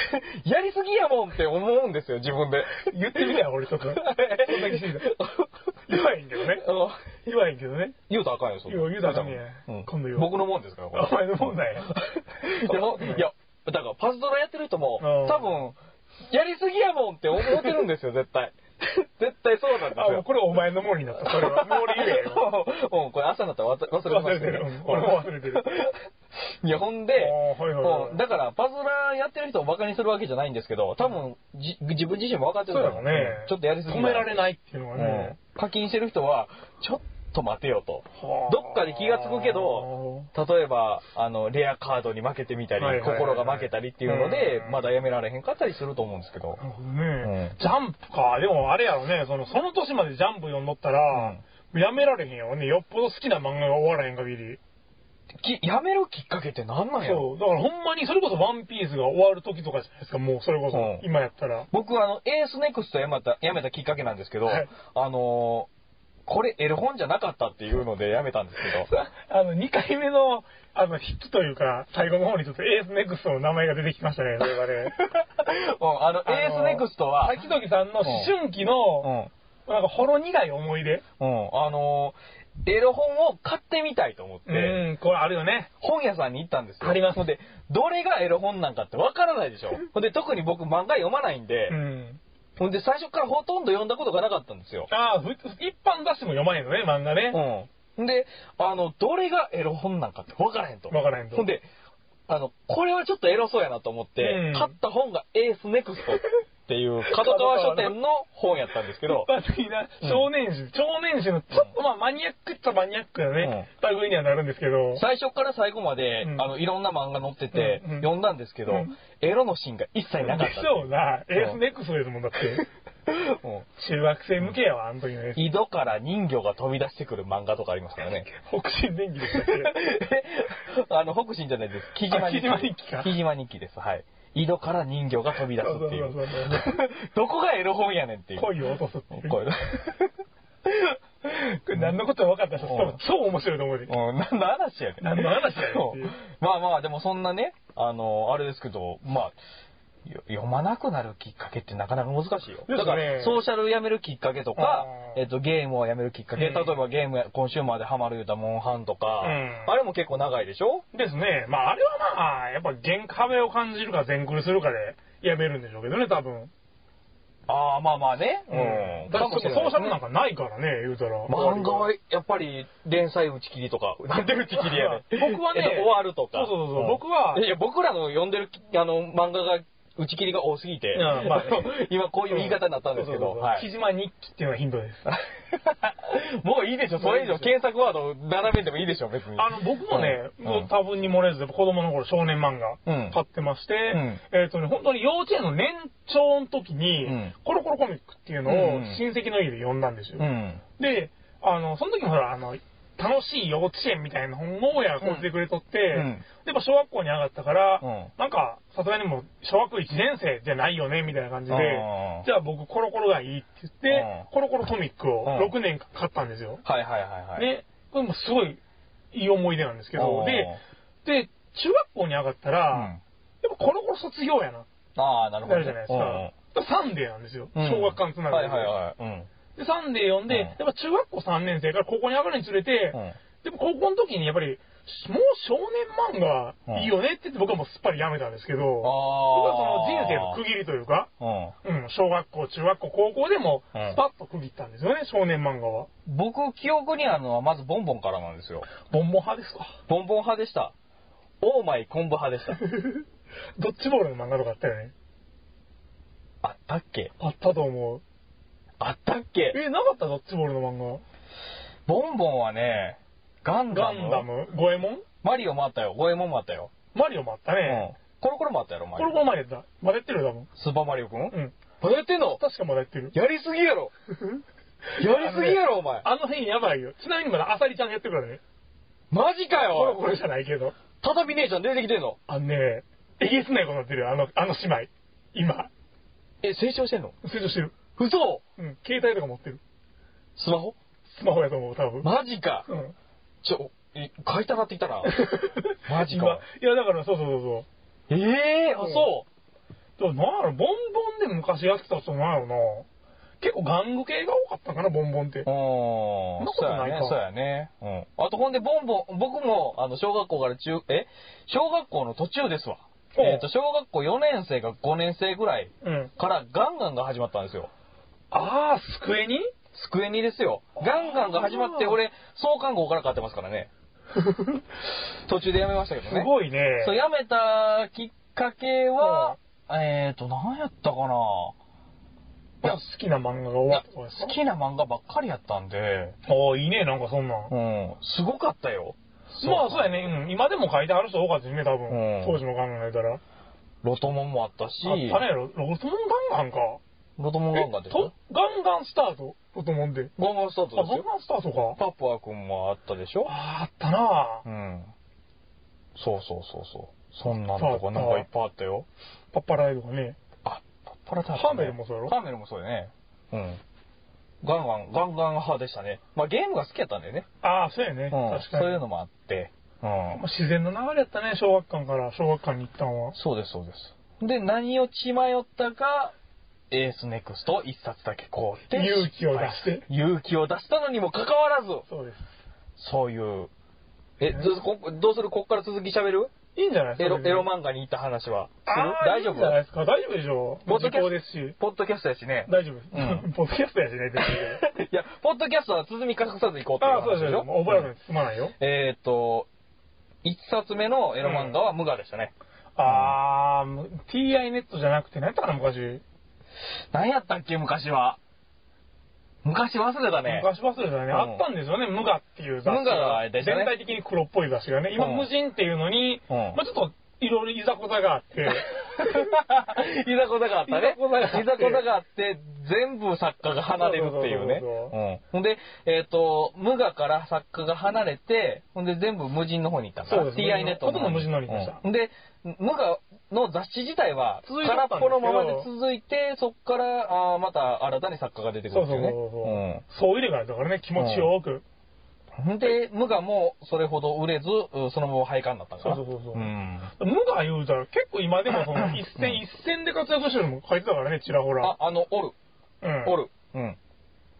ややりすぎやもんって思うんですよ、自分で。
言ってみたよ、俺とか。そんだけ
<laughs>
してみた。言わへんけどね。
うん
言わへんけどね。
言うたらあかんよ、そんな
言う言うたらあかんね
うん
今度言おう
僕のもんですから、これ
お前のもんなんや
でも、いや、だからパズドラやってる人も、
うん
多分、やりすぎやもんって思ってるんですよ、絶対。絶対そうなんです
あ、もう
よ。
これお前のもんになった。これは。もう俺 <laughs> 言えへんよ。
<laughs> うんこれ朝になったら忘れ忘れて
忘
ま
れ
してたね
る。うん俺も忘れてる。
<laughs> いや、ほんで、
あーはいはいはい
うんだから、パズドラやってる人をバカにするわけじゃないんですけど、多分、じ自分自身も分かって
そう
るか
だ
ら、
もんね
うん。ちょっとやりすぎ
止められないっていうの
う
は
ん
ね。
課金してる人は、ちょっと待てよと。どっかで気がつくけど、例えば、あの、レアカードに負けてみたり
はい、はいはい
心が負けたりっていうので
う、ん
まだやめられへんかったりすると思うんですけど
な。るほどね、ジャンプか。でもあれやろね、その、その年までジャンプ読んどったら、やめられへんよね。よっぽど好きな漫画が終わらへん限り。
きやめるきっかけって何なんやろ
そう。だからほんまにそれこそワンピースが終わる時とかじゃないですか。もうそれこ
うん
そ、今やったら。
僕はあの、エースネクストやめた、やめたきっかけなんですけど、
はい
あのーこれ、エロ本じゃなかったっていうのでやめたんです
<laughs>
けど、
<laughs> あの、2回目の、あの、筆記というか、最後の方にちょっとエースネクストの名前が出てきましたね、それが <laughs> ね。
うんあの、エースネクストは、
滝時さんの思春期
う
の、
ん、
なんかほろ苦い思い出。
うん、あのーエロ本を買ってみたいと思って、
うん、これあるよね。
本屋さんに行ったんですよ。
あります
ほんで、どれがエロ本なんかってわからないでしょ。ほんで、特に僕漫画読まないんで、
うん。
ほんで最初からほとんど読んだことがなかったんですよ。
ああ、ふ一般雑誌も読まへんのね、漫画ね。
うん。で、あの、どれがエロ本なんかって分からへんと。
分からへんと
ほんで、あの、これはちょっとエロそうやなと思って、
うん
買った本がエースネクストって
<laughs>
いう、角川書店の本やったんですけど
一、般的な
うん
少年誌、少年誌のちょっとまあマニアックっちゃマニアックなね、類にはなるんですけど。
最初から最後まで、
うん
あの、いろんな漫画載ってて、
うんうん
読んだんですけど、
うん
エロのシーンが一切なかっ
で
た
し。ょうな、
ん
エースネクストですもんだ
<laughs>
って。
うん
中学生向けやわ、あの時のエース。
井戸から人魚が飛び出してくる漫画とかありますからね。
北進電気でしたっけ
<laughs> あの、北進じゃないです。木島日記。
あ木島日記か
木島日記です。はい。井戸から人魚が飛び出すってい
そうそう
う
そう。
どこがエロ本やねんっていう。
恋を落とすっていう。 <laughs>
こういうの
これ何のことか分かった人、多分超面白いと思うで。
うん、何の話やねん。
何の話やねんっていう
まあまあ、でもそんなね、あの、あれですけど、まあ、よ読まなくなるきっかけってなかなか難しいよ。
ですね
だから、ソーシャルやめるきっかけとか、
うん
えっと、ゲームをやめるきっかけ、
うん
例えばゲームや、コンシューマーでハマる言うたらモンハンとか、
うん
あれも結構長いでしょ
ですね。まあ、あれはまあ、やっぱ限壁を感じるか全クリするかでやめるんでしょうけどね、多分。
ああ、まあまあね。
うん。だ
か
って
もし
ソ
れない
ー
です
シャ
ね
ルなんかないからね、言うたら。
漫画はやっぱり連載打ち切りとか、なんで打ち切りや <laughs> ねん
<laughs> 僕はね
えっと終わるとか。
そうそうそうそうん僕はい
や、僕らの読んでるき、あの、漫画が、打ち切りが多すぎ <laughs> て、
うんまあね
今こういう言い方になったんですけど、
そうそうそう
は
木
い。
島日記っていうのはヒントです。
<laughs> もういいでしょ、それ以上検索ワード並べてもいいでしょ、別に。
あの、僕もね、
うん
もう多分に漏れず、子供の頃少年
う
漫
ん
画買ってまして、
ん
えっ、とね、本当に幼稚園の年長の時に、
うん
コロコロコミックっていうの
う
を
ん
親戚の家で読んだんですよ。
うん。
で、あの、その時もほら、あの、楽しい幼稚園みたいな本を親がこうしてくれとって、
ん
で、まあ小学校に上がったから、
うん
なんか、さすがにもう小学1年生じゃないよね、みたいな感じで、
うん
じゃあ僕コロコロがいいって言って、
うん
コロコロコミックを
うん
6年間買ったんですよ。
はいはいはいはい。
ね、これもすごいいい思い出なんですけ
う
ど
ん、
で、で、中学校に上がった
う
ら、
ん
やっぱコロコロ卒業やな、
ああ、なるほ
な
ど。
るじゃないですか。サンデーなんですよ。
うんうん
小学館つなが
は
り
い
で。
はいはい。うん。
で、サンデー読んで、
うん
やっぱ中学校3年生から高校に上がるにつれて、
うん
でも高校の時にやっぱり、もう少年漫画いいよねって言って僕はもうすっぱりやめたんですけど、僕はその人生の区切りというか、
うん。
うん、小学校、中学校、高校でも、ス
うん
パッと区切ったんですよね、少年漫画は。
僕、記憶にあるのは、まずボンボンからなんですよ。
ボンボン派ですか。
ボンボン派でした。オーマイ昆布派でした。
<laughs> ドッジボールの漫画とかあったよね。
あったっけ
あったと思う。
あったっけ
え、なかったドッジボールの漫
ボンボンはね、ガン
画。ガ
ダム。
ンダム、ゴエモン
マリオもあったよ。ゴエモンもあったよ。
マリオもあった
うん
ね。。
コロコロもあったやろ、マ
こ
リ
れ
オ。
もマリオだ。まだやってるよ、多分。
スーパーマリオくん、
うん。
まだやってんの
確かまだやってる。
やりすぎ <laughs> やろ。やりすぎやろ、お前。
あの辺やばいよ。ちなみにまだアサリちゃんがやってるからね。
マジか
コロ
よ、
コ
おい。
ロじゃないけど。
畳姉ちゃん出てきてんの
あのね、えげつないことになってるよ、あの、あの姉妹。今。
え、成長してんの
成長してる。
嘘
うん。携帯とか持ってる。
スマホ
スマホやと思う、多分。
マジか。
うん。
ちょ、え買いたなってきたな。マジ
<laughs> 今
か。
いや、だから、そうそうそうそう。
<laughs> ええー、あ、そう。
でもなんやろ、ボンボンで昔やってた人なんやろな。結構玩具系が多かったかな、ボンボンって。
うん
んなことないか
そうやね。そうやね。うん。あとほんで、ボンボン、僕も、あの、小学校から中、え小学校の途中ですわ。
おう
えっ、と、小学校4年生が5年生ぐらい
うん。
からガンガンが始まったんですよ。
ああ、スクエニ
スクエニですよ。ガンガンが始まって、
あー
俺、創刊号から買ってますから
<laughs>
ね。途中でやめましたけどね。
すごいね。
そう、やめたきっかけは、えっ、と、何やったかな
いや、好きな漫画が終わったとかですか
好きな漫画ばっかりやったんで、
ああ、いいね、なんかそんなん。
うん、すごかったよ。
まあ、そうやね。うん。今でも書いてある人多かったですね、多
うん
分。当時の考えたら。あっ
ロトモンもあったし、
たね、ロロトモンガンガンか。
ロトモンガンガン
え
です
とガンガンスタート、ロトモンで。
ガンガンスター
あ、
ト
ガ
で
ン
すよ。
ガンスタートか。
パプア君もあったでしょ
ああったな
う
ぁ。
ん。そうそうそうそう。そんなんとかなんかいっぱいあったよ。
パッパライドがね。
あ、パッパラタイプね
ハーメルもそうやろ
ハーメルもそうよね。うん。ガンガン、ガンガン派でしたね。まあゲームが好きやったんだよね。
ああ、そうや
う
ね。
ん。
確
そ
か
ういう
に。
のもあって。うん。
自然の流れやったね、小学館から、小学館に行ったんは。
そうです、そうです。で、何を血迷ったか、エースネクストを一冊だけこうって。
勇気を出して。
勇気を出したのにもかかわらず、
そうです。
そういう。え、ずこどうするこっから続き喋る
いいんじゃない
エロ、
それ
エ
で
ロ漫画に行った話は。する
ああ、
大丈
いいんじゃない
夫
ですか。大丈夫でしょう。
ポッド
時
キャスト
効ですし。
ポッドキャストやし
<laughs>
ね。
大丈夫です
う。
ポッドキャストやしね、別に。
<laughs> いや、ポッドキャストは鼓隠さず行こうっていう
ああ、そう
話
です
でし
よ。
ょ。
覚えるのにすまないよ。
えーっと、一冊目のエロ漫画は無我でしたね。
あー、TI ネットじゃなくて、何やったかな、昔。
何やったっけ、昔は。昔忘れたね。
昔忘れたね。
うん
あったんですよね、無我っていう雑誌
無我でしたね
全体的に黒っぽい雑誌がね。今、
うん
無人っていうのに、
うん
まあちょっと、いろいろいざこざがあ
<laughs>
って。
いざこざがあったね。
いざこざがあって
いざこざがあって、全部作家が離れるっていうね。
そうそうそう
うんほんで、えーっ、と、無我から作家が離れて、ほんで全部無人の方に行ったんだな
そうです
TI ネット
ほとんど無人の方に行きました
うんで、無我の雑誌自体は、
続いて
空
た
っ
んですけ
ぽ
ど
のままで続いて、そっから、あーまた新たに作家が出てく
そ
る
う
っ
そ
ていう
そうう
ね。
そう。そう入れがあるからね、気持ちよく。
うんで、無我もそれほど売れず、うんそのまま廃刊になったんかな。
そうそうそうそう
うん
無我言うたら、結構今でもその、一戦一戦で活躍してるのも書いてたからね、ちらほ
あ
ら。、
あの、おる、
うん
おる。うん。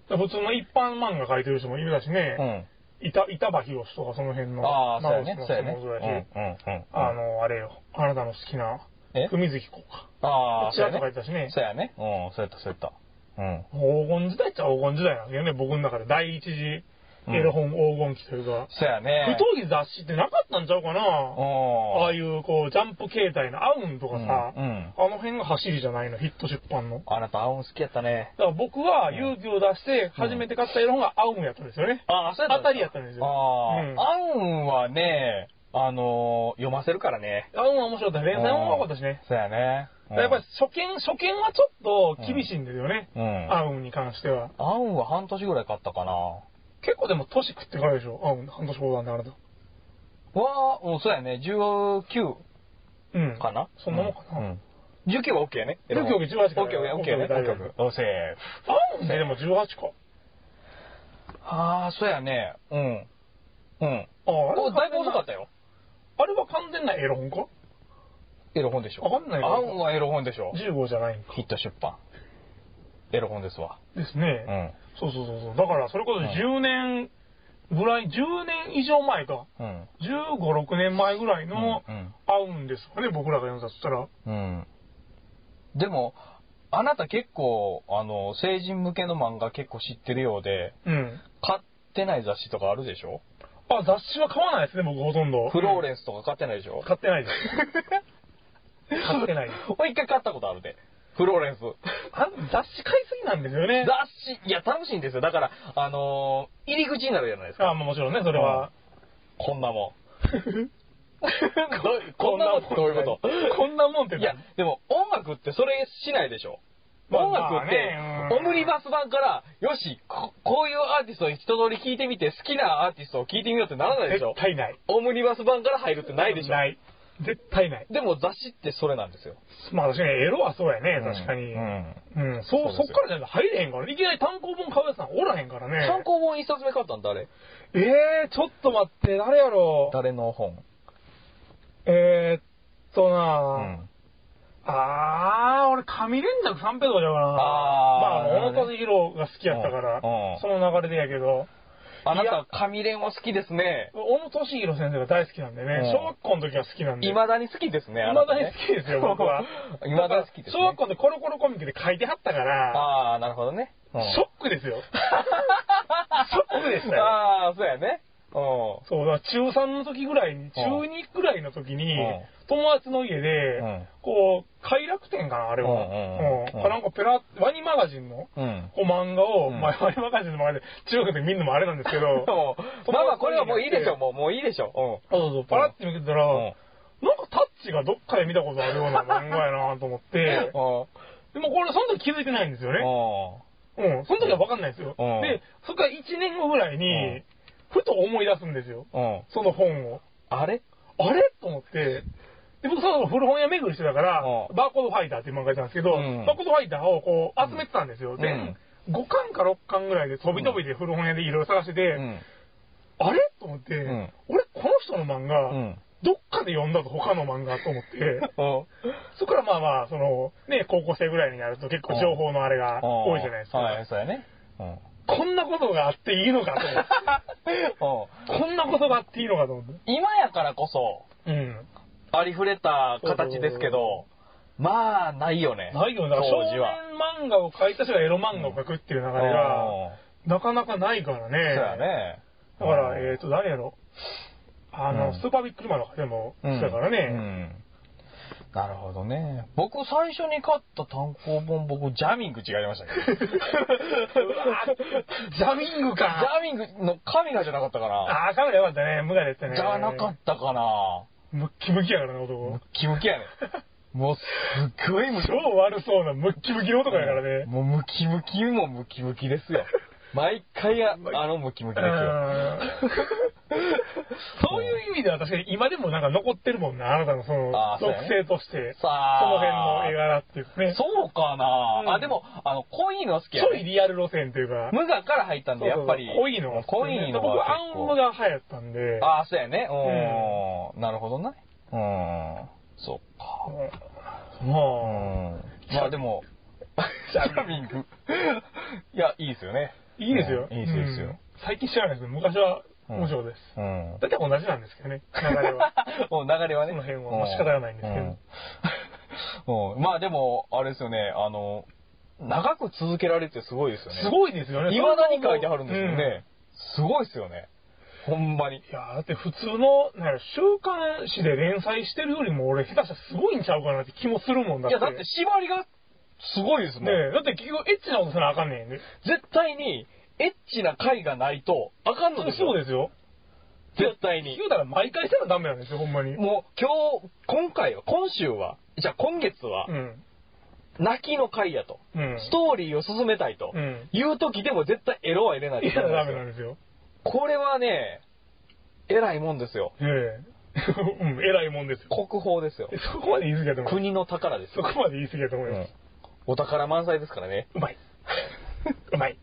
普通の一般漫画書いてる人もいるだし
う
ね、
ん。
板板場博士とかその辺の、
ああ、そうや
直
ね
樹も。
そうやね。
そうだし、
うんうんうん。
あの、あれよ、あなたの好きな、
え
文月子か。
ああ、
ちらっと書いてたしね
そうやね。うん、そうやった、そうやった。うん。
黄金時代っちゃ黄金時代なんですよね、僕の中で。第一次エロ本黄金期というか。
そうやね。
不当義雑誌ってなかったんちゃうかな
あ
ああいう、こう、ジャンプ形態のアウンとかさ、
うんうん
あの辺が走りじゃないの、ヒット出版の。
あなた、青ン好きやったね。
だから僕は勇気を出して初めて買ったエロ本がアウンやったんですよね。
ああ、そうやった。
当たりやったんですよ
あ
うん
あ、青ンはね、あのー、読ませるからね。
アウンは面白かった。連載も多かったしね。
そうやね。うん
やっぱり、初見、初見はちょっと厳しいんですよね。
うん。
アウンに関しては。
青ンは半年ぐらい買ったかな。
結構でも年食ってからでしょ、アウン。半年後なんであれだ。
わあ、うん、そうやね。19
うん。
かな
そんなもんかな。
うん。19は OK ね。
19 18か
OK、OK、OK ね。
OK 大丈夫
OK、OK。セーフ。
アウンででも18か。
ああ、そうやね。うん。うん。
ああれ
おだいぶ遅かったよ。
あれは完全なエロ本か
エロ本でしょ。
わかんないよ
あんはエロ本でしょ。
?15 じゃないんか。
ヒット出版。エロ本ですわ。
ですね。
うん。
そうそうそうそう。だから、それこ
うん
そ10年ぐらい、10年以上前か。
うん。
15、6年前ぐらいの
うんうん、
合うんですよね、僕らが読んだとしたら。
うん。でも、あなた結構、あの、成人向けの漫画結構知ってるようで、
うん。
買ってない雑誌とかあるでしょ
あ、雑誌は買わないですね、僕ほとんど。
フローレンスとか買ってないでしょ
買ってない <laughs> です。買ってないです。
俺一回買ったことあるで。フローレンス。
あん雑誌買いすぎなんですよね
雑。誌、いや、楽しいんですよ。だから、あのー入り口になるじゃないですか。
あ、まあもちろんね、それは。
こんな <laughs> もん。こんなもんってどういうこ
こんなもんって
といや、でも音楽ってそれしないでしょ。
まあ
音楽って
まあ、ね
オムニバス版から、よし、ここういうアーティストを一通り聴いてみて、好きなアーティストを聴いてみようってならないでしょ
絶。対ない。
オムニバス版から入るってないでしょ。
ない。絶対ない。
でも雑誌ってそれなんですよ。
まあ確かにエロはそうやね、確かに。
う
うん。
ん。
そう、
そで
そう
すよ
っからじゃなくて入れへんからね。いきなり単行本買うやつなんかおらへんからね。
参考本一冊目買ったん誰
えー、ちょっと待って、誰やろう。
誰の本
えー、っと
う
なぁ、
ん。
あー、俺、紙連絡三平とかじゃうかな。
あー
まあ、小野和弘が好きやったから、
うんうん
その流れでやけど、
あない
や
た、紙連は好きですね。
小野俊弘先生が大好きなんでね、
うん
小学校の時は好きなんで。
未だに好きですね。あな
未
た
だ
ね。
に好きですよ、僕は
<laughs> 未だに好きですね
小学校でコロコロコミックで書いてはったから、
ああ、なるほどね。
シ
うん
ョックです
<laughs>
よ。ショックでしたよ。
ああ、そうやね。う
そう、だから中3の時ぐらいに、中2ぐらいの時に
うん、
友達の家で
うん、
こう、快楽天かな、あれ
うん
は。
うんうん
うんなんかペラ、ワニマガジンの、
うん。
こう漫画を、
うん
まあ、ワニマガジンの漫画で中学で見るのもあれなんですけ
<laughs>
ど、そう
もうまあまあ、これはもういいでしょう、もう、もういいでしょ
そうそう、パラって見てたら、
う。うん。
なんかタッチがどっかで見たことあるような漫画やなと思って、
うん。
でもこれその時気づいてないんですよね。うん、その時は分かんないですよ。
うん
で、そこから1年後ぐらいに
ん、
ふと思い出すんですよ。
うん。うん。
その本を。
あれ
あれと思って、で、僕その頃古本屋巡りしてたから
う、ん
バーコードファイターっていう漫画やったんですけど、
うん
バーコードファイターをこう集めてたんですよ。で、
うん
5巻か6巻ぐらいで飛び飛びで古本屋でいろいろ探してて、
うん。
あれと思って、
ん
俺この人の漫
う
画、
ん。
どっかで読んだぞ他の漫画と思 <laughs> って、
うん。
そこからまあまあ、その、ね、高校生ぐらいになると結構情報のあれが多いじゃないですか。
はい、そうやね。うん。
こんなことがあっていいのかと思 <laughs> って。こんなことがあっていいのかと思って。
今やからこそ、
うん。
ありふれた形ですけど、まあ、ないよね。
ないよな。
当
少
時は。
年漫画を描いた人がエロ漫画を描くっていう流れが、
うん
なかなかないからね。
そうやね。
だから、
うん
えっ、と、誰やろあの、
うん
スーパービックリマンのでも、そうだから
う
<laughs> ね。
んなるほどね。僕最初に買った単行本、僕、ジャミング違いましたけど。
うわジャミング
ジ
か。
ャミングのカメラじゃなかったかな。
ああ、カメラよかったね。無駄でったね。
じゃなかったかな。
ムッキムキやからね、
ム
男
ッ。キムキ
<laughs>
やね。もう、すっごいムキ
超悪そうなムッキムキの男やからね。
もうムキムキもムキムキですよ。毎回ああのムキムキですよ。
そういう意味では確かに今でもなんか残ってるもんな、あなたのその
あーそうや
属
ね
性として、
さ
そ
あ。
の辺の絵柄っていうかね、
そうかな、
うん
あ、でも、あの、濃いの好き
ち
や
ょい
ね。
リアル路線というか、
無我から入ったんで、やっぱり。
そうそうそう濃いのが好
濃
きでね
いの
僕
は
は
結
暗
構
号が流行ったんで、
ああ、そうやね。うん。なるほどね。うん。そっか。
ま
う
あ、
ん。まあで
<laughs>
も、ジャミング。 <laughs> いや、いいですよね。
いいですよ。
うんいいですよいいですよ
うん最近知らないですけど、昔は面白いです。
うん。
だって同じなんですけどね、流れは。
もう流れはね。
その辺はもう仕方がないんですけど
ど。うん。 <laughs> まあでも、あれですよね、あの、長く続けられてすごいですよね。
すごいですよね。
いまだに書いてあるんですよ
うん
ね。すごいですよね。ほんまに。
いやーだって普通の、なんやろ週刊誌で連載してるよりも俺下手したらすごいんちゃうかなって気もするもんだっ
い
て。
や、だって縛りがすごいですもん。
ねえだって結局エッチなことせなあかんねんね。
絶対に、エッチな回がないと、あかんのですよ。
そうですよ。
絶対に
言。うたら毎回したらダメなんですよ、ほんまに。
もう、今日、今回は、今週は、じゃあ今月は
う、ん。
泣きの回やと。
うん。
ストーリーを進めたいと
う。ん。
いう時でも絶対エロは入れないと
いや、
ダメな
ダ
んです
メな
よ
んですよ。
これはね、偉いもんですよ。
ええ。 <laughs> うん、偉いもんですよ。
国宝ですよ。
そこまで言い過ぎやと思います。
国の宝です
そ
よ。
こまで言い過ぎやと思います。
お宝満載ですからね。
うまい。 <laughs> う
<laughs>
まい。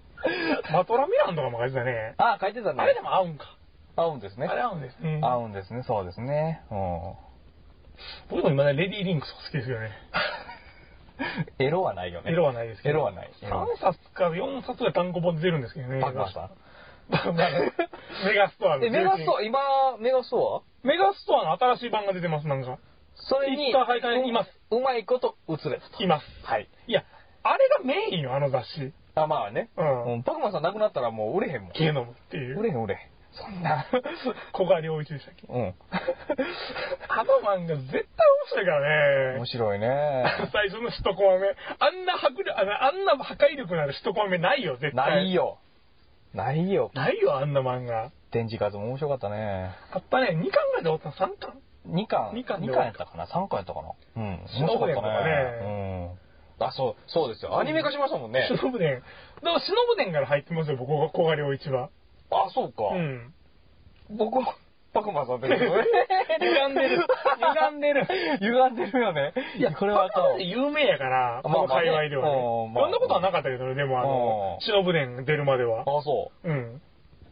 マトラミランとかも書いてたね。
ああ、書いてたね。
あれでも合うんか。
合うんですね。
あれ合うんです。うん
合うんですね、そうですね。うん。
僕も今ね、レディーリンクスが好きですよね。
エロはないよね。
エロはないですけど。
エロはないエロは
3冊か4冊が単行本で出るんですけどね。
パクマスター。
まあまあメガストアの。
え、メガストア、今、メガストア
メガストアの新しい版が出てます、なんか。
それに、
一家配管います
うまいこと映れたと。
います。
はい。
いや、あれがメインよ、あの雑誌。
あ、まあね。
うん
パクマさん亡くなったらもう売れへんもん。
ゲノムってい
売れ
う。
へん売れへん。そんな。
小川良一でしたっけ
うん。 <laughs>
あの漫画絶対面白いから
面
ね。
白いね。
最初の一コマ目。あんな迫力、あのあんな破壊力のある一コマ目ないよ、絶対。
ない。よ。ないよ。
ないよ、あんな漫画。
展示数も面白かったね。
あったね、2巻ぐらいで終わったの ?3 巻
2巻。
二巻で
二やったかな ?3 巻やったかなうん。面白かっ
忍
た
とか
ね
ね。
うん。あ、そう、そうですよ。アニメ化しましたもんね。
忍伝。でも忍伝から入ってますよ、僕は小川良一は。
あ、そうか。 <laughs>
うん。
僕は、パクマさんってことね
歪んでる。歪んでる。
歪んでるよね。いや、これはあかんわ
パパで有名やから、こ
まあ
の
まあ
界
ね
隈では
うん
ね。
まあ
そんなことはなかったけどね、でも
うん
あの、忍伝出るまでは。
あ、そ
うん。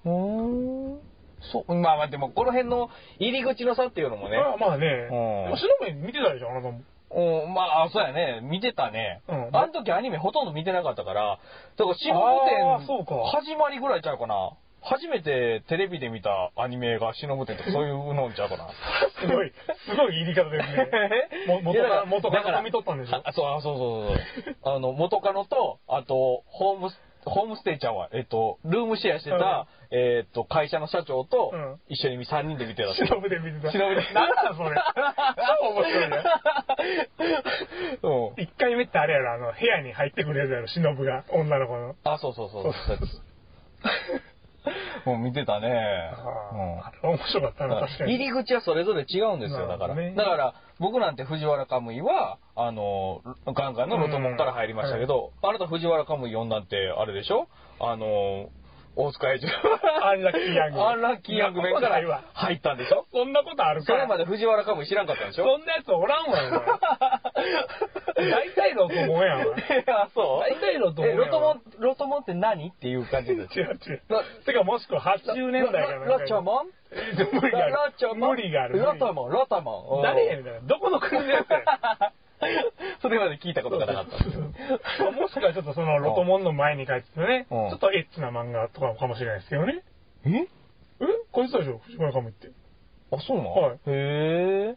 う。うん。そう。まあまあ、でも、この辺の入り口の差っていうのもね。
まあまあね、で
うん
も忍伝見てたでしょ、あなたも。
うん、まあ、あそうやね。見てたね。
うん
あの時アニメほとんど見てなかったから、だから、忍
あーそう
ぶ
か
展、始まりぐらいちゃうかな。初めてテレビで見たアニメが忍ぶ
<laughs>
展とかそういうのんちゃうかな。。
すごい、すごい言い方ですね
<laughs>
も元
いやだ
からら、元から読み取ったんでしょ
あ。そう、あそうそうそう
<laughs>
そう。あの、元カノと、あと、ホームス、ホームステイちゃんは、えっと、ルームシェアしてた、
うん
えっと、会社の社長と
うん、
一緒に3人で見てた。
<laughs> 忍伝見てた。
忍伝
なんだそれ。超面白いね。
うん
絶対あれやろ、あの、部屋に入ってくれるやろ、忍が、女の子の。
あ、そうそうそう。そうそう <laughs> そうもう見てたね。うん
ああれ面白かったな、確か
入
に。
り口はそれぞれ違うんですよ、だか
なる
ら。
ほどね
だから、僕なんて藤原カムイは、あの、ガンガンのロトモンから入りましたけど、あなた藤原カムイ呼んだって、あれでしょあの、大塚愛知
アンラッキーヤング。
アンラッキーヤングメンか
そんなことないわ
ら入ったんでしょ
そんなことある
そ
か
れまで藤原カムイ知らんかったんでし
そ
ょ
んなやつおらん
<laughs>
わよ、お前大体ロトモンやん。お前
あ、そう
大体ロトモン
え
やわ
ロトモン、ロトモンって何っていう感じです。
違う違う。てか、もしくは80年代から
ロロチョモン
無理がある
ロチョモン
無理がある
ロトモン、ロトモン。
誰やねんだからどこの国のやつや
<laughs>
<laughs>
それまで聞いたことがなかった。
もしくはちょっとそのロトモンの前に書いてたね、
うん
ちょっとエッチな漫画とかかもしれないですけどね。
<laughs> え
えこいつだでしょ藤原かもって。
あ、そうなの
はい
へえ。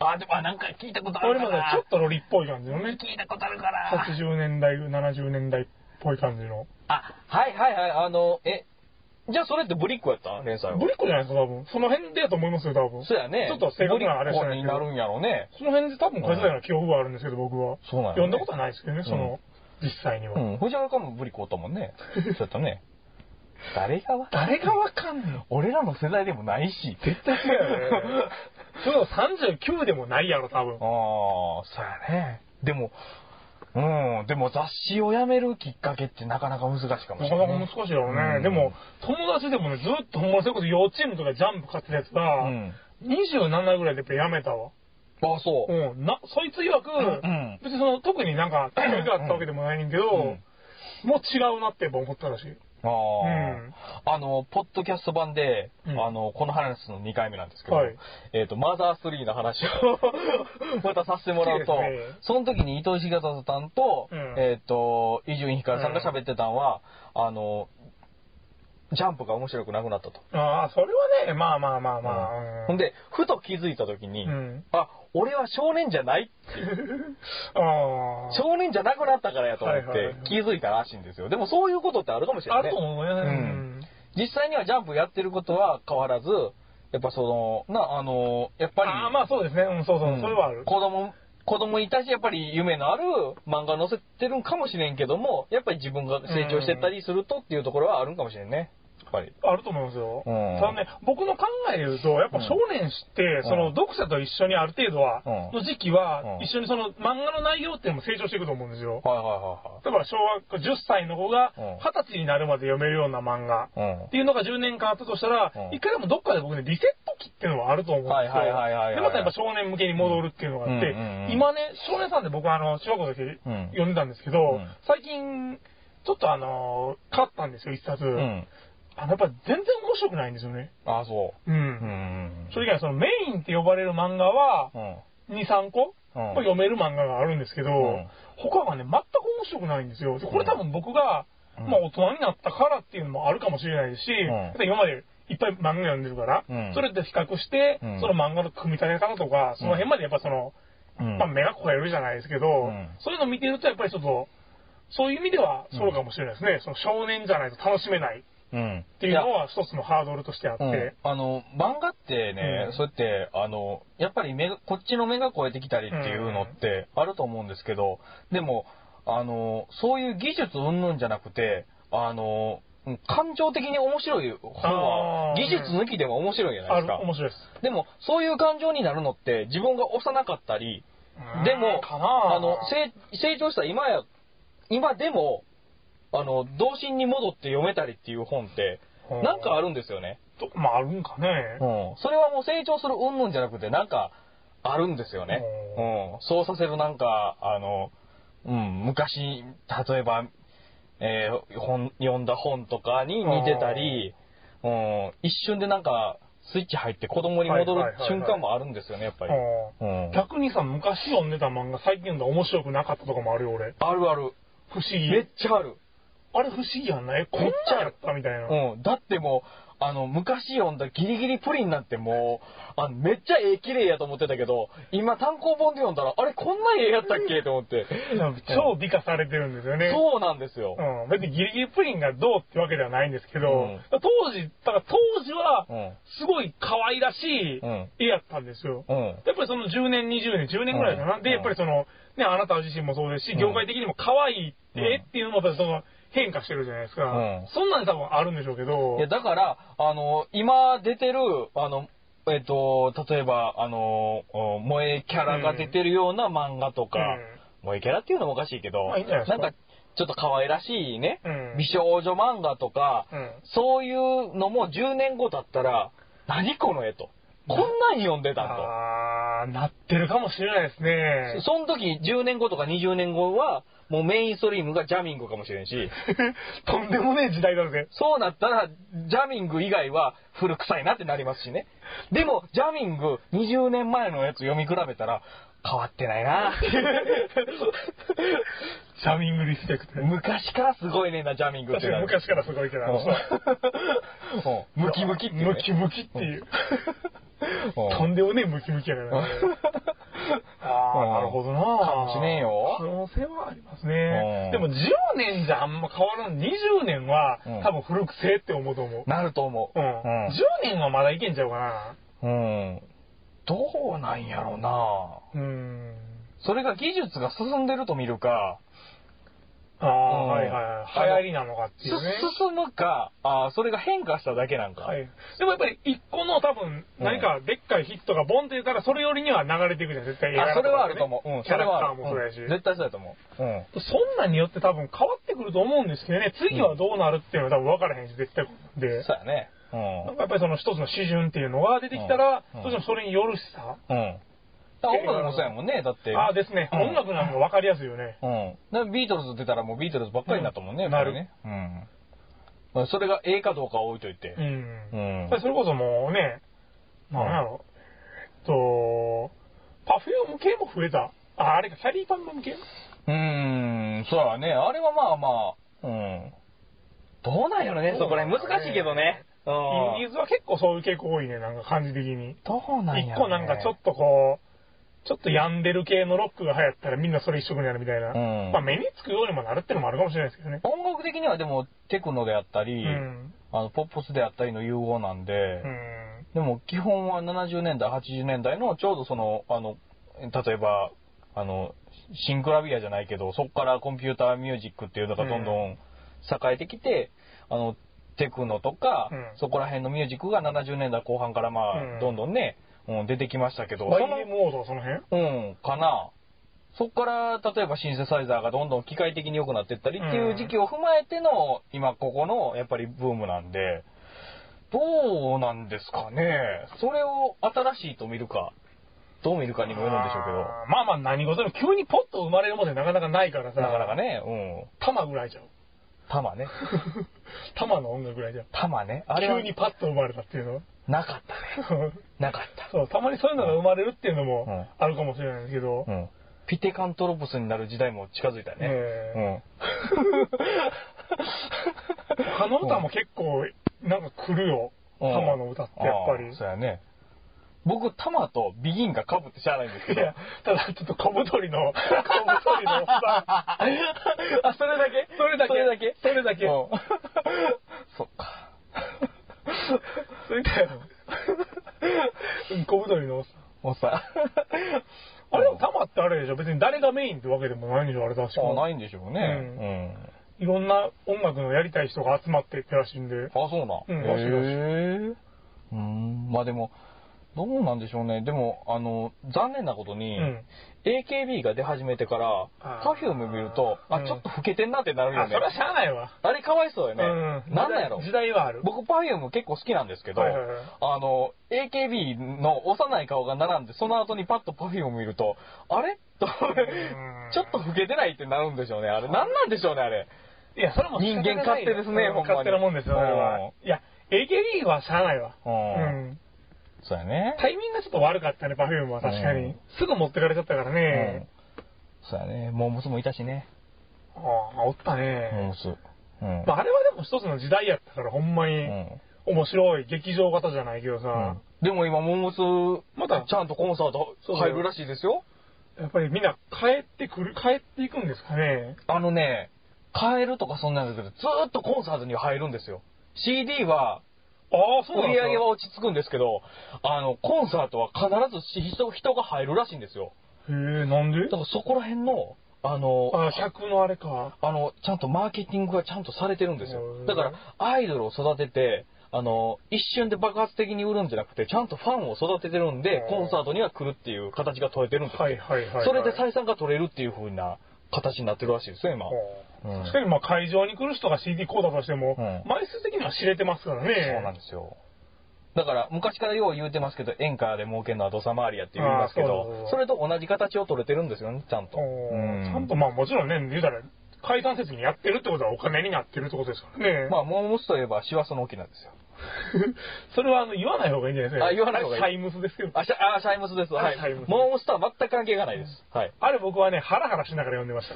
あ、でもあなんか聞いたことあ
俺
るか
まだ
な。
ちょっとロリっぽい感じのね。
聞いたことあるかな。
80年代、70年代っぽい感じの。
あ、はいはいはい、あの、え、じゃあそれってブリックやった連載は
ブ。リッコじゃないですか、多分。その辺でやと思いますよ、多分。
そうやね。
ちょっと正確なあれじゃ
ブ
な
リ
い
ッ
け
クになる
ど。
んやろうね。
その辺で多分書いてたような記憶があるんですけど、僕は。
そうなんやね
読んだことはないですけどね、その、実際には。
うん。藤原かもブリックおったもんね。そうやった
<laughs>
ね。誰がわ
誰がわかんの
俺らの世代でもないし、絶対違うよね。
その39でもないやろ、多分。
<laughs> ああ、そうやね。でも、うん、でも雑誌を辞めるきっかけってなかなか難しいかも
な
し
か
れ
な
な
か
い。
難しいだろうね。
うん
でも、友達でもね、ずっとほんまにそれこそ幼稚園とかジャンプ買ってたやつが、
うん
27ぐらいでやっぱやめたわ。
あそう。
うん。な、そいつ曰く、
うん
別にその、特になん <clears throat> か、興味があったわけでもないねんけど、もう違うなってやっぱ思ったらしい。
ああ、
うん
あの、ポッドキャスト版で、
うん
あの、この話の2回目なんですけど、
はい
えっ、と、マザー3の話
<laughs>
をまたさせてもらうと、
いいですね
その時に伊藤重里さんと、
うん
えっ、と、伊集院光さんが喋ってたのは、あの、ジャンプが面白くなくなったと。
ああ、それはね、まあまあまあまあ。うん
ほんで、ふと気づいた時に、
うん
あ、俺は少年じゃない
ああ。
少年じゃなくなったからやと思っ
はいはいは
て
い
気づいたらしいんですよ。でもそういうことってあるかもしれな
あ
い、ね。
ると思うね。
ん実際にはジャンプやってることは変わらず、やっぱその、な、あの、やっぱり、
ああ、まあそうですね。うん、そうそう、
うん
それはある。
子供、子供いたし、やっぱり夢のある漫画載せてるんかもしれんけども、やっぱり自分が成長してったりするとっていうところはあるんかもしれんね。やっぱり。
あると思いますよ。
うん
ただね、僕の考えで言うと、やっぱ少年誌って、
ん
その読者と一緒にある程度は、
うん
の時期は、
うん
一緒にその漫画の内容っていうのも成長していくと思うんですよ。
はいはい
例えば小学校10歳の子が
うん
20歳になるまで読めるような漫
は
画
いはい。うん
っ。ていうのが10年間あったとしたら
う、ん
一回でもどっかで僕ね、リセット期っていうのはあると思うんですよ。
はいはいはいはいはい
で、またやっぱ少年向けに戻るっていうのがあって、
うんうんうん
今ね、少年さんで僕あの、小学校の時
ん
読んでたんですけど、
うん
最近、ちょっとあのー買ったんですよ、一冊。
うん。
あの、やっぱ全然面白くないんですよね。。
ああ、そうう。うんん。
正直、そのメインって呼ばれる漫画は、
うん。
2、3個、
うん
読める漫画があるんですけど、
ん
他がね、全く面白くないんですよ。でこれ多分僕が、
うん
まあ大人になったからっていうのもあるかもしれないですし、
ん
やっぱり今までいっぱい漫画読んでるから、
うん
それで比較して、
うん
その漫画の組み立て方とか、その辺までやっぱその、
うん
まあ目が超えるじゃないですけど、
ん
そういうの見てるとやっぱりちょっと、そういう意味ではそうかもしれないですね。その少年じゃないと楽しめない。
うん。
っていうのは一つのハードルとしてあって、
うんあの漫画ってね、
うん
そうやってあのやっぱり目がこっちの目が超えてきたりっていうのってあると思うんですけど、でもあのそういう技術云々じゃなくてあのうん感情的に面白い方は
あー
技術抜きでも面白いじゃな
あ
いです
る
か。
面白いです。
でもそういう感情になるのって自分が幼かったりでも、
かなぁ
あの、成成長した今や、今でも、あの、童心に戻って読めたりっていう本って、
うん
なんかあるんですよね。
とまああるんかね。
うん。それはもう成長する云々じゃなくて、なんか、あるんですよね。
う
うん。そうさせるなんか、あの、うん、昔、例えば、えー本、読んだ本とかに似てたり、うん、一瞬でなんか、スイッチ入って子供に戻
はいは
る
いはいはい
瞬間もあるんですよね、やっぱり。
うん
うん
逆にさ、昔読んでた漫画、最近読んだら面白くなかったとかもあるよ、俺。
あるある。
不思議。
めっちゃある。
あれ不思議やんな。え、こんなんやったみたいな。
うん、だってもう、あの、昔読んだギリギリプリンなんてもう、あの、めっちゃ絵綺麗やと思ってたけど、今単行本で読んだら、あれこんな絵やったっけと思って。
超美化されてるんですよね。
そうなんですよ。
うん、別にギリギリプリンがどうってわけではないんですけど、
うん
当時、だから当時は
うん、
すごい可愛らしい
うん
絵やったんですよ。
うん。
やっぱりその10年、20年、10年ぐらいかな。
うん
で、やっぱりその、ね、あなた自身もそうですし、
うん
業界的にも可愛いって、
うん
絵っていうのもやっぱりその変化してるじゃないですか。
うん
そんなん多分あるんでしょうけど
いや、、だから、あの、今出てる、あの、えっと、例えば、あの、お萌えキャラが出てるような漫画とか、萌えキャラっていうのもおかしいけど、
まあいいんじゃないですか
んか、ちょっと可愛らしいね、
うん
美少女漫画とか、
うん
そういうのも10年後だったら、何この絵と。こんなん読んでた
あー、なってるかもしれないですね
と。。その時、10年後とか20年後は、もうメインストリームがジャミングかもしれんし、
とんでもねえ時代だ <laughs> ぜ。
そうなったら、ジャミング以外は古臭いなってなりますしね。でも、ジャミング20年前のやつ読み比べたら、変わってない
<laughs>
な
ジャミングリスペクト。
昔からすごいねんな、ジャミングっ
確
て
か
なる。
に昔からすごいけど、あの人は
うんムキムキっていうね。
ムキムキっていう。
うん
とんでもねえムキムキやからね。あ
う
あ、
ん
なるほどな。
かもしれんよ
可能性はありますね
うん。
でも10年じゃあんま変わらん。20年は
うん
多分古くせえって思うと思う。
なると思う。
うん。10年はまだいけんちゃうかな。
うん。どうなんやろうな
うん。
それが技術が進んでると見るか、
ああ、
うん
はいはいはい。流行りなのかっていうね。
す進むか、あーそれが変化しただけなんか。
はい。でもやっぱり一個の多分何かでっかいヒットがボンって出たらそれよりには流れていくじゃん、絶対映画
あ、そ
とか
れ
ね
はあると思う。うん、
キャラクター
そ
もそ
れはあ
うや
る
し。
うん絶対そうやと思う。うん。
そんなんによって多分変わってくると思うんですけどね、次はどうなるっていうのは多分分からへんし、絶対。で、
そうやね。う
なんかやっぱりその一つの基準っていうのが出てきたら、
うん
どうしてもそれによるしさ。
ん。うん。だから音楽もそうやもんね、だって。
ああですね、
うん
音楽なんか分かりやすいよね。
うん。だからビートルズ出たらもうビートルズばっかりになったもんね、
うん
やっぱりね。うん。まあそれがええかどうかは置いといて
う。ん。
うん
やっぱりそれこそもうね、なんやろ、えっと、パフューム系も増えた。あ、あれか、キャリーパンマン系
うーん、そうやね。あれはまあまあ、うん。どうなんやろね、そこら辺。難しいけどね。う
インディ
ん。
ーズは結構そういう傾向多いね、なんか感じ的に。
どうなんやろね。
一個なんかちょっとこう、ちょっと病んでる系のロックが流行ったらみんなそれ一色になるみたい
う
な。
ん
まあ目につくようにもなるってのもあるかもしれないですけどね。
音楽的にはでも、テクノであった
う
り、
ん。
あの、ポップスであったりの融合なんで、
うん。
でも基本は70年代、80年代のちょうどその、あの、例えば、あの、シンクラビアじゃないけど、そこからコンピューターミュージックっていうのがどんどん栄えてきて、あの、テクノとか、
うん
そこら辺のミュージックが70年代後半からまあ、
うん
どんどんね、うん、出てきましたけど、
バ
そ
イリ
の、
ーモードはその辺
うん、かな。そこから、例えばシンセサイザーがどんどん機械的に良くなってったりっていう時期を踏まえての、今ここの、やっぱりブームなんで、どうなんですかね。それを新しいと見るか、どう見るかにもよるんでしょうけど、
あーまあまあ何事でも急にポッと生まれるものでなかなかないからさ。
なかなか。ね、うん。
玉ぐらい <laughs> じゃん。
玉ね。
玉の音楽ぐらいじゃん。
玉ね。あれは
急にパッと生まれたっていうのは。 <laughs>
なかったね。なかっ
そう、たまにそういうのが生まれるっていうの
うん
もあるかもしれないですけど。
た。うん。ピテカントロプスになる時代も近づいたね。
ええ
うん。
他の歌も結構、なんか来るよ。
うん
玉の歌ってやっぱり
あー。そうやね。僕、タマとビギンが被ってしゃあないんですけ
い
ど。
や、ただちょっと小太
<laughs>
りの、小太りのおっさ <laughs>
あ、それだけ
ん。それだけ。
それだけ
それだけ。 <laughs>
うんそっか。
それだよ。うん小太りのおっさん。
もう <laughs> さ。
あれでも玉ってあれでしょ別に誰がメインってわけでもないんでしょあれ確か
あないんでしょうね。
うん
うん。
いろんな音楽のやりたい人が集まってってらしいんで。
あ、そうな。
うん
へえ。うーん。まあでも、どうなんでしょうね。でも、あの、残念なことに、
うん
AKB が出始めてから、
あ
Perfume 見ると、あ、
うん
ちょっと老けてんなってなるよ
あ、そ
ね
れ。はしゃあないわ。
あれかわいそうよね。
うん。
なんなんやろ
時代時代はある。
僕、パフューム結構好きなんですけど、
はいはいはい
あの、AKB の幼い顔が並んで、その後にパッとパフューム見ると、あれ <laughs> と、
ん
ちょっと老けてないってなるんでしょうね。あれ、なんなんでしょうね、あれ。
いや、それも仕方ない
人間勝手ですね
うん
ほんまに
勝手なもんですよ、あれ
うん
は。いや、AKB はしゃあないわ。
う
うんん。
そうやね。
タイミングがちょっと悪かったね、パフュームは確か
う
に
ん。
すぐ持ってかれちゃったから
うん
ね。。
そうやね。モームスもいたしね。
ああ、おった
モー
ね。
ムス。うん。
まあ、あれはでも一つの時代やったから、ほんまに。
うん
面白い劇場型じゃないけどさ、
でも今、モンモス、
また
ちゃんとコンサート
そう
入るらしいですよ。
やっぱりみんな帰ってくる、帰っていくんですかね。
あのね、買えるとかそんなんだけど、ずーっとコンサートには入るんですよ。CD は
ああ、そうな
売
ん
り
です
上げは落ち着くんですけど、あの、コンサートは必ず人人が入るらしいんですよ。
へえ、なんで
だからそこら辺の、あの、
あ、客のあれか。
あの、ちゃんとマーケティングがちゃんとされてるんです
へ
よ。
ー
だから、アイドルを育てて、あの、一瞬で爆発的に売るんじゃなくて、ちゃんとファンを育ててるんで
へ、ー
コンサートには来るっていう形が取れてるんですよ。
はいはいはいはい
それで採算が取れるっていう風な形になってるらしいですよ、今。
あー
うん
確かにまあ会場に来る人が CD コーダとしても、
うん
枚数的には知れてますからね。
そうなんですよ。だから、昔からよう言うてますけど、演歌で儲けるのは土佐回りやって言いますけ
あーそうそうそ
ど
う、
それと同じ形を取れてるんですよね、ちゃんと。
お
う
ーちゃんとまあもちろんね、言うたら、会館設にやってるってことはお金になってるってことですからね。 <laughs>
まあ、モームスといえば、師走の沖なんですよ。
それはあの言わない方がいいんじゃないですか。
あ言わない方がいい
タイムスですよ。
あ、シャあシャイムスです。はい
あシャイム。ス
モームスとは全く関係がないです。はい。
あれ僕はね、ハラハラしながら読んでまし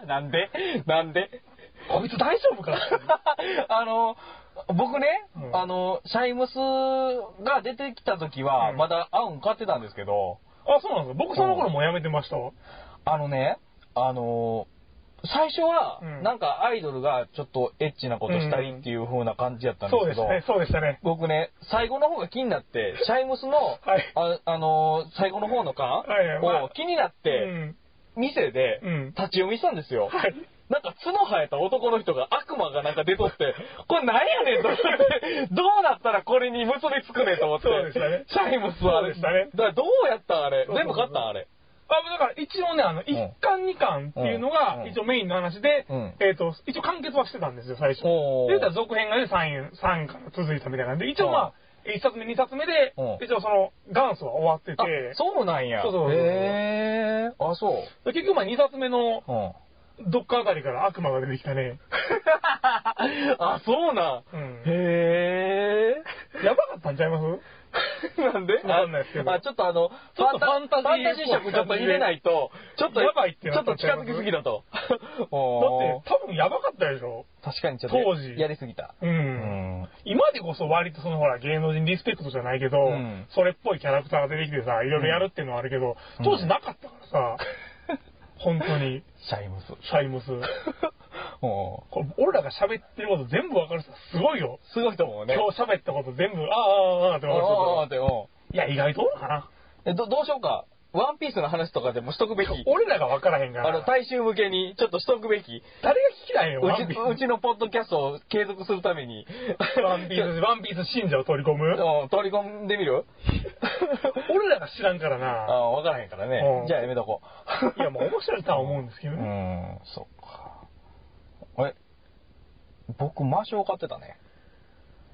た。
なんでなんで
こいつ大丈夫
<laughs>
か
あの、僕ね、
うん
あの、シャイムスが出てきた時は、
うん
まだアウン買ってたんですけど、
あ、そうなんですか。僕その頃もうやめてましたわ。
あのね、あの、最初は
う、ん
なんかアイドルがちょっとエッチなことしたいっていう風な感じやったんで
そう
す
で
け
し
ど、
たね、そうでしたね。
僕ね、最後の方が気になって、シャイムスの、
い
ああの最後の方の巻
はいはいまあ
を気になって、
うん。
店で
うん
立ち読みしたんですよ。
はい。
なんか角生えた男の人が悪魔がなんか出と
<laughs>
って、これ何やねんと思って、どうなったらこれに結びつくねんと思って。
そうでしたね
シャイムスはあれ
そうでしたね
だからどうやったんあれ。
そうそう
全
そ
部
う
買ったんあれ。
あだから一応ね、あの、一巻二巻っていうの
う
が
ん、
一応メインの話で、
うん
えっ、と、一応完結はしてたんですよ、最初。で、
おー
言ったら続編がね、3、三から続いたみたいなんで、一応まあ、一冊目、二冊目で
うん、
一応その、元祖は終わって
あ、
て、
そうなんや。
そうそうそうそう
へー。あ、そう。
で結局まあ、二冊目の
うん
どっかあたりから悪魔が出てきたね。
あ、そうなん。 <laughs>
うん
へ
やばかったんちゃいます
ー。 <laughs> なんで
わかんないですけど
あ、ちょっとあの、
ちょっとファンタジー
ファンタジー色ちょっと入れないと、ちょっと、
やばいっ
ち
て
ょ
な
っ
っ
と
た
近づきすぎだと。
だ
<laughs> おー
って、多分やばかったでしょ
確かにちょっと
当時
やりすぎた。
う。
うんん。
今でこそ割とそのほら芸能人リスペクトじゃないけど、
うん
それっぽいキャラクターが出てきてさ、いろいろやるっていうのはあるけど、
うん
当時なかっ
<laughs>
たからさ、本当に、
シャイムス。 <laughs>
シャイムス。
おー
これ俺らが喋ってること全部わかるさ、すごいよ。
すごいと思うね。
今日喋ったこと全部、あーあーあーって
おーおーおー
わ
っ
か
てお
る。いや、意外とおるかな。
ーえどどうしようか。ワンピースの話とかでもしとくべき。
俺らがわからへんか
あの、
ら、
大衆向けにちょっとしとくべき。う
誰が聞きたいよ、ワンピ
ち、
ー
うちのポッドキャストを継続するために。
ス。ワンピース、 <laughs> ワンピース信者を取り込む
うん取り込んでみ
<laughs>
る
俺らが知らんから
あ
な。
ーわからへんから
う
ね。
ん
じゃあやめとこう。
いや、まあ面白いとは思うんですけど
<laughs> う
ね。
ん、そっか。え、僕、魔性買ってたね。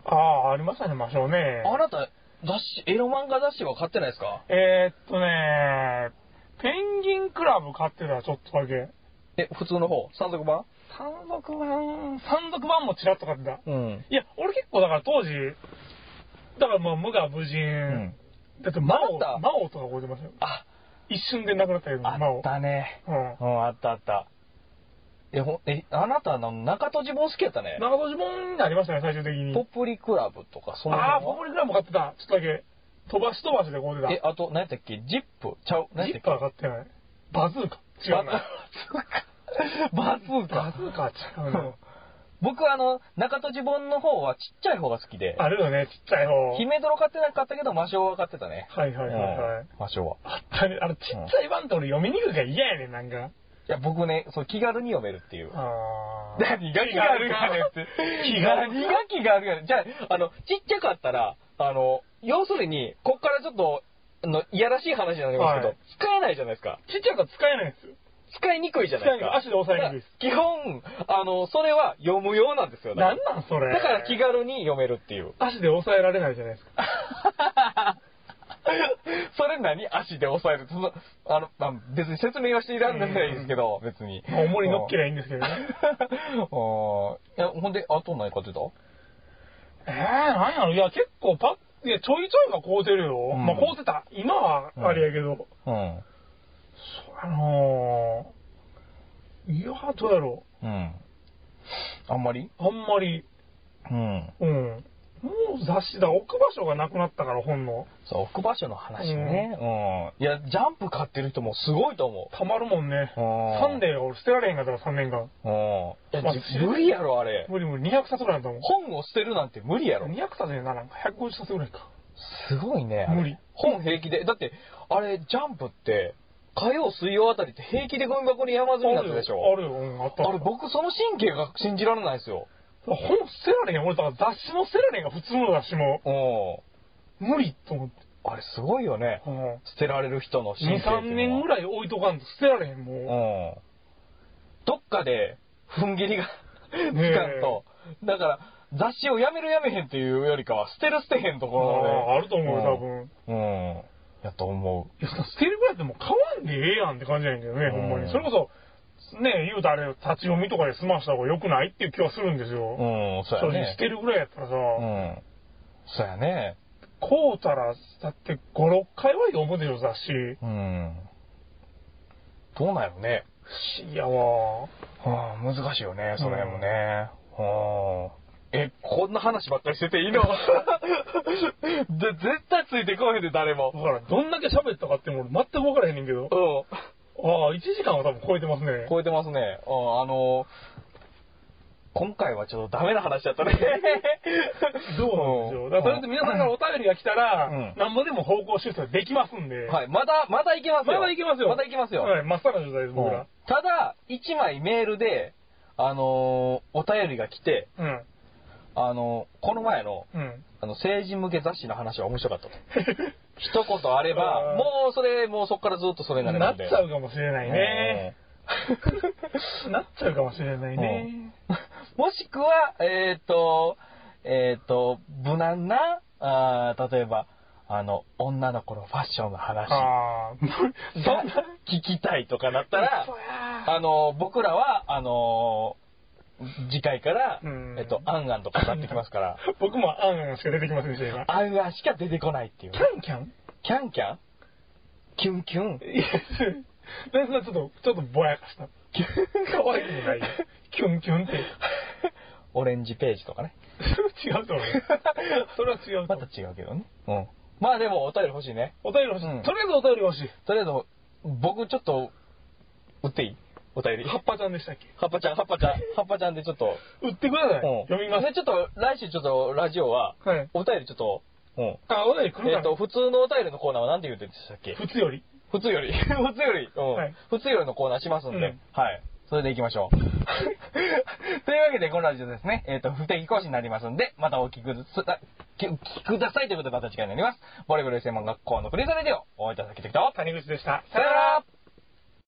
ああ、ありましたね、魔性ね。
あなた、雑誌、エロ漫画雑誌は買ってないですか
えー、っとね、ペンギンクラブ買ってた、ちょっとだけ。
え、普通の方三足版
山賊版、山賊版もちらっと買ってた。
うん。
いや、俺結構だから当時、だからまあ無我無人、
うん。
だって魔
あなた
王、魔王とか覚えてますよ。
あ、
一瞬でなくなったけど、
あ
魔王。
っ、たね。
うん
う。ん、あったあった。え、ほん、え、あなたの中戸も好きやったね。
長戸本になりましたね、最終的に
ポ。プリクラブとか、その辺は
ああ、ポポリクラブ買ってた、ちょっとだけ。飛ばし飛ばしでこう出
え、あと、何やったっけジップちゃう。
た。
何
ジ
やっ
ッ
た
パ
っ
ー買ってない。バズーカ。
け
違うな。
バズーカ。 <laughs> バ
バズ
ズー
ー
カ。
カは違うな。
僕はあの、中戸本の方はちっちゃい方が好きで、
あるよね、ちっちゃい方。
ヒメドロ買ってなかったけど、魔性は買ってたね。
はいはいはいはい。
うん魔性は。
あったね。あの、ちっちゃい版って俺読みにくいから嫌やねん、なんか。
いや、僕ね、そう、気軽に読めるって
<laughs>
いう。
あー
何が気軽やねんって。
気軽
何が気軽やねん。じゃあ、あの、ちっちゃかったら、あの、要するに、こっからちょっと、あの、いやらしい話になりますけど、
はい
使えないじゃないですか。
ちっちゃいから使えないんですよ。
使いにくいじゃないですか。
使いにくい足で押さえにくい
だから基本、あの、それは読むようなんですよ。だか
な
ら
んなんそれ。
だから気軽に読めるっていう。 <laughs>
足で抑えられないじゃないですか。
それ何足で押さえる。その、あの、まあ、別に説明はしていらんないですけど、別に。
まあ重り乗っけり
ない。
ゃいいんですけど
<laughs>
ね。
あーいや、ほんで、あと何買ってた
えー、なんやろいや、結構パッ、いや、ちょいちょいが買うてるよ。
うん
まあ、買うてた。今はあれやけど、
うん。
あのー、いや、どうやろ
うん。あんまり
う。あんまり、
うん。
うん。もう雑誌だ、置く場所がなくなったから、本の。
そう、置く場所の話ね。うん。いや、ジャンプ買ってる人もすごいと思
たまるもんね。
あー
サンデーが俺捨てられへんかったから、3年間。
う。うん。い
ま
や
あ、
じ無理やろ、あれ。
無理無理、200冊ぐらいだったもん。
本を捨てるなんて無理やろ。
200冊にならんか、150冊ぐらいか。
すごいね。あれ
無理
本平気で。だって、あれ、ジャンプって、火曜、水曜あたりって平気でゴミ箱に山積みになってたでし
あ
ょ。
るよ、うん、あった。
あれ、僕、その神経が信じられないですよ。
本捨てられへん。俺、だから雑誌も捨てられへんが、普通の雑誌も。
う
無理と思って。
ん。あれ、すごいよね。
うん
捨てられる人の神経
2、3年ぐ
らい
らい置いとかんと捨てられへん、もう。
うん。どっかで、踏ん切りが <laughs> つ
ねえ
かんと。だから、雑誌をやめるやめへんっていうよりかは、捨てる捨てへんところで。
あーあると思うよ、多分。
分。うん。やと思う。
いや、捨てるぐらいでも買わんでええやんって感じやねんけどね、ほんま
うん
に。それこそ、ね、言うたらあれ、立ち読みとかで済ました方が良くないっていう気はするんです
う
よ。
ん、そ
正
うや
直
ね
捨。てるぐらいやったらさ、
うん。そうやね。
こうたら、だって5、6回は読むでしょ、雑誌。
うん。どうなんやろね。
不思議やわ。
はあ、難しいよね、その辺もね。はあ。え、こんな話ばっかりしてていい
<laughs>
ので絶対ついてこへんで、誰も
だ。から、どんだけ喋ったかってもう俺全く分からへんねんけど
う。ん。
ああ、1時間は多分超えてますね。
超えてますね。うん、あの今回はちょっとダメな話だったね。
<laughs> どうなんでしょう。だから、とりあえず皆さんからお便りが来たら、
うん
なんぼでも方向修正できますんで。
はい、まだ、まだいけますよ。
まだいけますよ。
まだいけますよ。
はい、真っさらな状態です、僕ら。
ただ、一枚メールで、あのお便りが来て、
うん。
あのこの前の、
うん。
あの、成人向け雑誌の話は面白かったと。一言あれば、
あー
もうそれ、もうそこからずっとそれになれ
な
るん
っち
で。
ゃうかもしれないね。
うん
<laughs> なっちゃうかもしれないね。
<laughs> もしくは、えっ、と、えっ、と、無難な、あー例えば、あの、女の子のファッションの話が
ああ、
<laughs>
そんな。
聞きたいとかなったら
嘘、や
あの、僕らは、あの次回から
うん、
えっと、アンアンとかになってきますから、
僕もアンアンしか出てきませんでした、今。
アンアンしか出てこないっていう
キ。ャンキャン
キャンキャンキュンキュン
いや、それそれちょっと、ちょっとぼやかした。可愛くもないよ。キュンキュンって。
オレンジページとかね。
それは違うと思う。それは違うと
ま
思
た
う。
違うけどね。うん。まあでも、お便り欲しいね。
お便り欲しい。
うん
とりあえずお便り欲しい。
とりあえず、僕ちょっと、打っていいお便り。
葉っぱちゃんでしたっけ
はっぱちゃん、はっぱちゃん、はっぱちゃんでちょっと。
売ってください。
うん
読みます
で、。ちょっと、来週ちょっと、ラジオは、
はい。
お便りちょっと、うん。
あ、お便り来る
え
か
っ
ら
と、。普通のお便りのコーナーは何て言うてでしたっけ
普通より。
普通より、 <laughs> 普通より、うん
はい
普通よりのコーナーしますんで、
うん
はい。それで行きましょう。 <laughs> というわけで、このラジオですね、えっ、と、不定期更新になりますんで、またお聞きください、お聞きくださいということで、また次回になります。ボレブル専門学校のプレザレディオ、お会いいただきたいと、
谷口でした。
さよなら